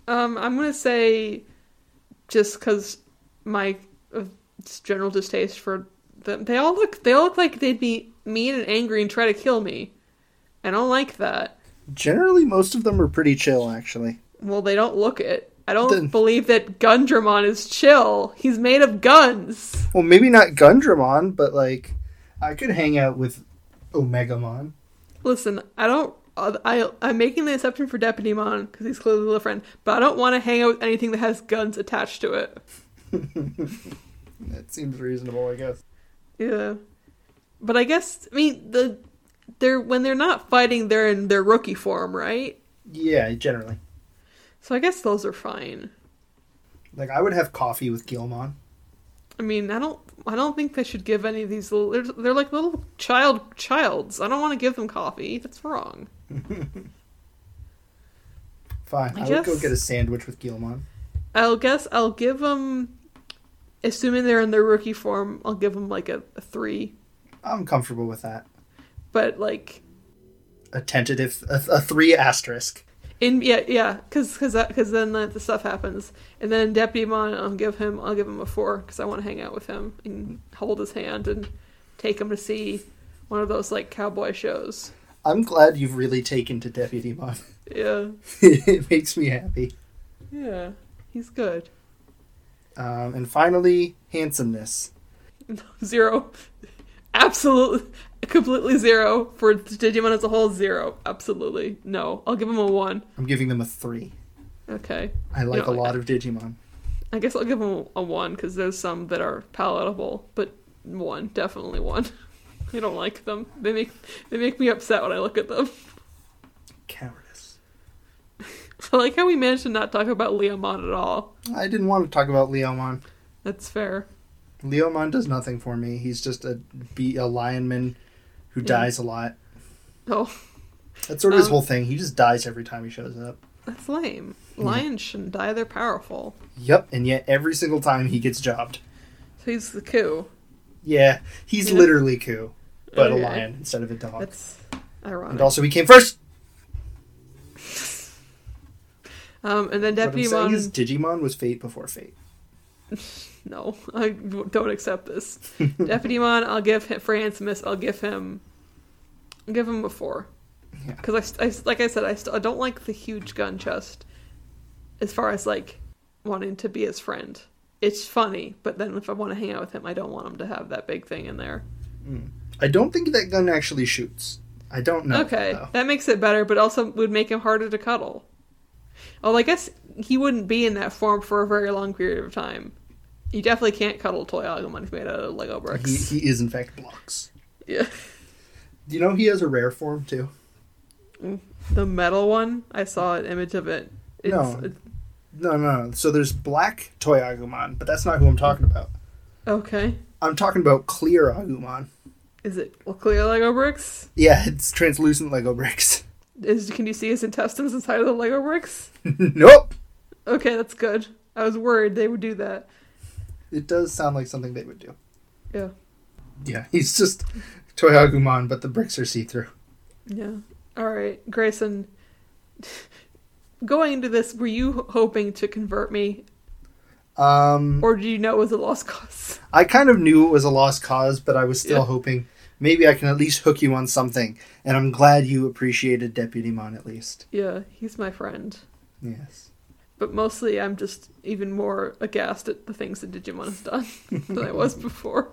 Speaker 1: Um, I'm gonna say, just because my uh, general distaste for them, they all look they all look like they'd be mean and angry and try to kill me. I don't like that.
Speaker 2: Generally, most of them are pretty chill, actually.
Speaker 1: Well, they don't look it. I don't then... believe that Gundramon is chill. He's made of guns.
Speaker 2: Well, maybe not Gundramon, but like, I could hang out with Omegamon.
Speaker 1: Listen, I don't. I I'm making the exception for Deputy Mon because he's clearly a friend, but I don't want to hang out with anything that has guns attached to it.
Speaker 2: that seems reasonable, I guess.
Speaker 1: Yeah, but I guess I mean the they're when they're not fighting, they're in their rookie form, right?
Speaker 2: Yeah, generally.
Speaker 1: So I guess those are fine.
Speaker 2: Like I would have coffee with Gilmon.
Speaker 1: I mean, I don't, I don't think they should give any of these little. They're, they're like little child childs. I don't want to give them coffee. That's wrong.
Speaker 2: Fine, I, I guess, would go get a sandwich with Gilmon.
Speaker 1: I'll guess I'll give them, assuming they're in their rookie form. I'll give them like a, a three.
Speaker 2: I'm comfortable with that.
Speaker 1: But like,
Speaker 2: a tentative, a, a three asterisk.
Speaker 1: In yeah yeah, because because because then the, the, stuff happens, and then Deputy Mon, I'll give him I'll give him a four because I want to hang out with him and hold his hand and take him to see one of those like cowboy shows.
Speaker 2: I'm glad you've really taken to Deputy Mon.
Speaker 1: Yeah,
Speaker 2: it makes me happy.
Speaker 1: Yeah, he's good.
Speaker 2: Um, and finally, handsomeness.
Speaker 1: Zero, absolutely completely zero for Digimon as a whole. Zero, absolutely no. I'll give them a one.
Speaker 2: I'm giving them a three.
Speaker 1: Okay.
Speaker 2: I like you know, a lot I, of Digimon.
Speaker 1: I guess I'll give them a one because there's some that are palatable, but one definitely one. I don't like them. They make they make me upset when I look at them.
Speaker 2: Cowardice.
Speaker 1: I like how we managed to not talk about Leomon at all.
Speaker 2: I didn't want to talk about Leomon.
Speaker 1: That's fair.
Speaker 2: Leomon does nothing for me. He's just a be a lionman who dies a lot.
Speaker 1: Oh.
Speaker 2: That's sort of his Mm. um, whole thing. He just dies every time he shows up.
Speaker 1: That's lame.
Speaker 2: Mm.
Speaker 1: Lions yeah. shouldn't die, they're powerful.
Speaker 2: Yep, and yet every single time he gets jobbed.
Speaker 1: So he's the coup.
Speaker 2: Yeah, he's you literally know? coup, but okay. a lion instead of a dog.
Speaker 1: That's ironic.
Speaker 2: And also, he came first!
Speaker 1: um, and then Deputy
Speaker 2: what I'm Mon... is Digimon was fate before fate.
Speaker 1: no, I don't accept this. Deputy Mon, I'll give him for handsomeness. I'll give him, I'll give him a four, because yeah. I, I, like I said, I, st- I don't like the huge gun chest. As far as like wanting to be his friend, it's funny, but then if I want to hang out with him, I don't want him to have that big thing in there.
Speaker 2: Mm. I don't think that gun actually shoots. I don't know.
Speaker 1: Okay, that, that makes it better, but also would make him harder to cuddle. Oh, I guess he wouldn't be in that form for a very long period of time. You definitely can't cuddle toy Agumon he's made out of Lego bricks.
Speaker 2: He, he is in fact blocks.
Speaker 1: Yeah.
Speaker 2: You know he has a rare form too.
Speaker 1: The metal one, I saw an image of it.
Speaker 2: It's, no. It's... no, no, So there's black toy Agumon, but that's not who I'm talking about.
Speaker 1: Okay.
Speaker 2: I'm talking about clear Agumon.
Speaker 1: Is it well, clear Lego bricks?
Speaker 2: Yeah, it's translucent Lego bricks.
Speaker 1: Is can you see his intestines inside of the Lego bricks?
Speaker 2: nope.
Speaker 1: Okay, that's good. I was worried they would do that
Speaker 2: it does sound like something they would do.
Speaker 1: Yeah.
Speaker 2: Yeah, he's just Toy Agumon, but the bricks are see through.
Speaker 1: Yeah. All right, Grayson. Going into this, were you hoping to convert me?
Speaker 2: Um,
Speaker 1: or did you know it was a lost cause?
Speaker 2: I kind of knew it was a lost cause, but I was still yeah. hoping maybe I can at least hook you on something. And I'm glad you appreciated Deputy Mon at least.
Speaker 1: Yeah, he's my friend.
Speaker 2: Yes
Speaker 1: but mostly I'm just even more aghast at the things that Digimon has done than I was before.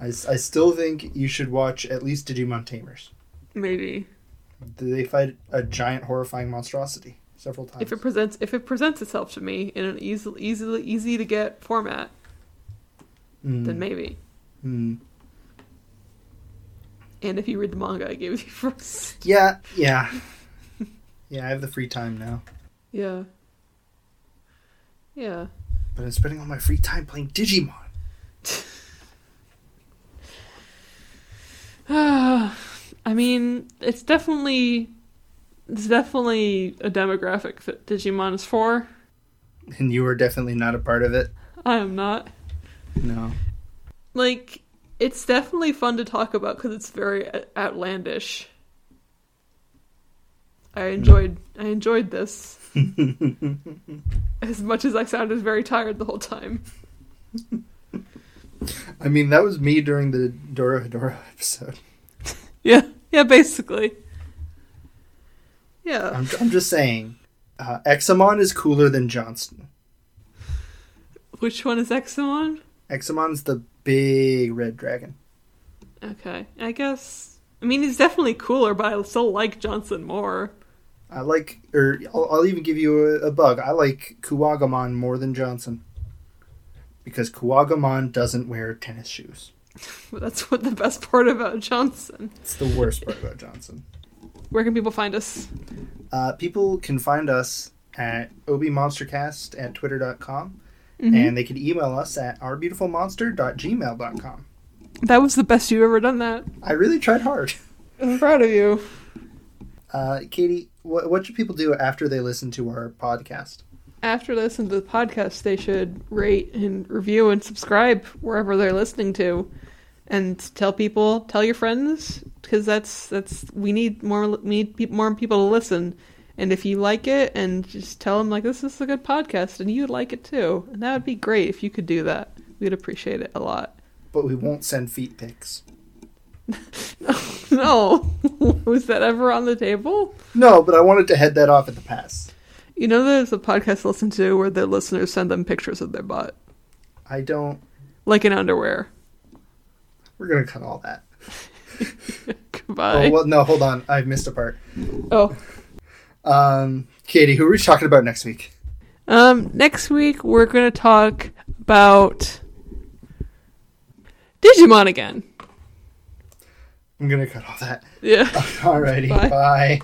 Speaker 2: I, I still think you should watch at least Digimon Tamers.
Speaker 1: Maybe.
Speaker 2: They fight a giant, horrifying monstrosity several times.
Speaker 1: If it presents, if it presents itself to me in an easy, easily, easy to get format, mm.
Speaker 2: Hmm.
Speaker 1: then maybe.
Speaker 2: Mm.
Speaker 1: And if you read the manga I gave you first.
Speaker 2: Yeah, yeah, yeah. I have the free time now.
Speaker 1: Yeah. Yeah.
Speaker 2: But I'm spending all my free time playing Digimon.
Speaker 1: I mean, it's definitely it's definitely a demographic that Digimon is for.
Speaker 2: And you were definitely not a part of it.
Speaker 1: I am not.
Speaker 2: No.
Speaker 1: Like it's definitely fun to talk about cuz it's very outlandish. I enjoyed I enjoyed this. as much as I sounded very tired the whole time.
Speaker 2: I mean, that was me during the Dora Hedora episode.
Speaker 1: Yeah, yeah, basically. Yeah.
Speaker 2: I'm, I'm just saying, uh, Examon is cooler than Johnston.
Speaker 1: Which one is Examon?
Speaker 2: Examon's the big red dragon.
Speaker 1: Okay, I guess. I mean, he's definitely cooler, but I still like Johnson more.
Speaker 2: I like, or I'll, I'll even give you a, a bug. I like Kuwagamon more than Johnson because Kuwagamon doesn't wear tennis shoes.
Speaker 1: That's what the best part about Johnson.
Speaker 2: It's the worst part about Johnson.
Speaker 1: Where can people find us?
Speaker 2: Uh, people can find us at obmonstercast at twitter.com mm-hmm. and they can email us at ourbeautifulmonster.gmail.com.
Speaker 1: That was the best you've ever done that.
Speaker 2: I really tried hard.
Speaker 1: I'm proud of you.
Speaker 2: Uh, Katie, what, what should people do after they listen to our podcast?
Speaker 1: after they listen to the podcast, they should rate and review and subscribe wherever they're listening to, and tell people, tell your friends, because that's that's we need more we need pe- more people to listen. And if you like it, and just tell them like this is a good podcast, and you'd like it too, and that would be great if you could do that. We'd appreciate it a lot.
Speaker 2: But we won't send feet pics.
Speaker 1: no, was that ever on the table?
Speaker 2: No, but I wanted to head that off at the pass.
Speaker 1: You know, there's a podcast I listen to where the listeners send them pictures of their butt.
Speaker 2: I don't.
Speaker 1: Like in underwear.
Speaker 2: We're going to cut all that.
Speaker 1: Goodbye.
Speaker 2: Oh, well, no, hold on. I've missed a part.
Speaker 1: Oh.
Speaker 2: Um, Katie, who are we talking about next week?
Speaker 1: Um, next week, we're going to talk about Digimon again.
Speaker 2: I'm going to cut all that.
Speaker 1: Yeah.
Speaker 2: Alrighty. Bye. Bye.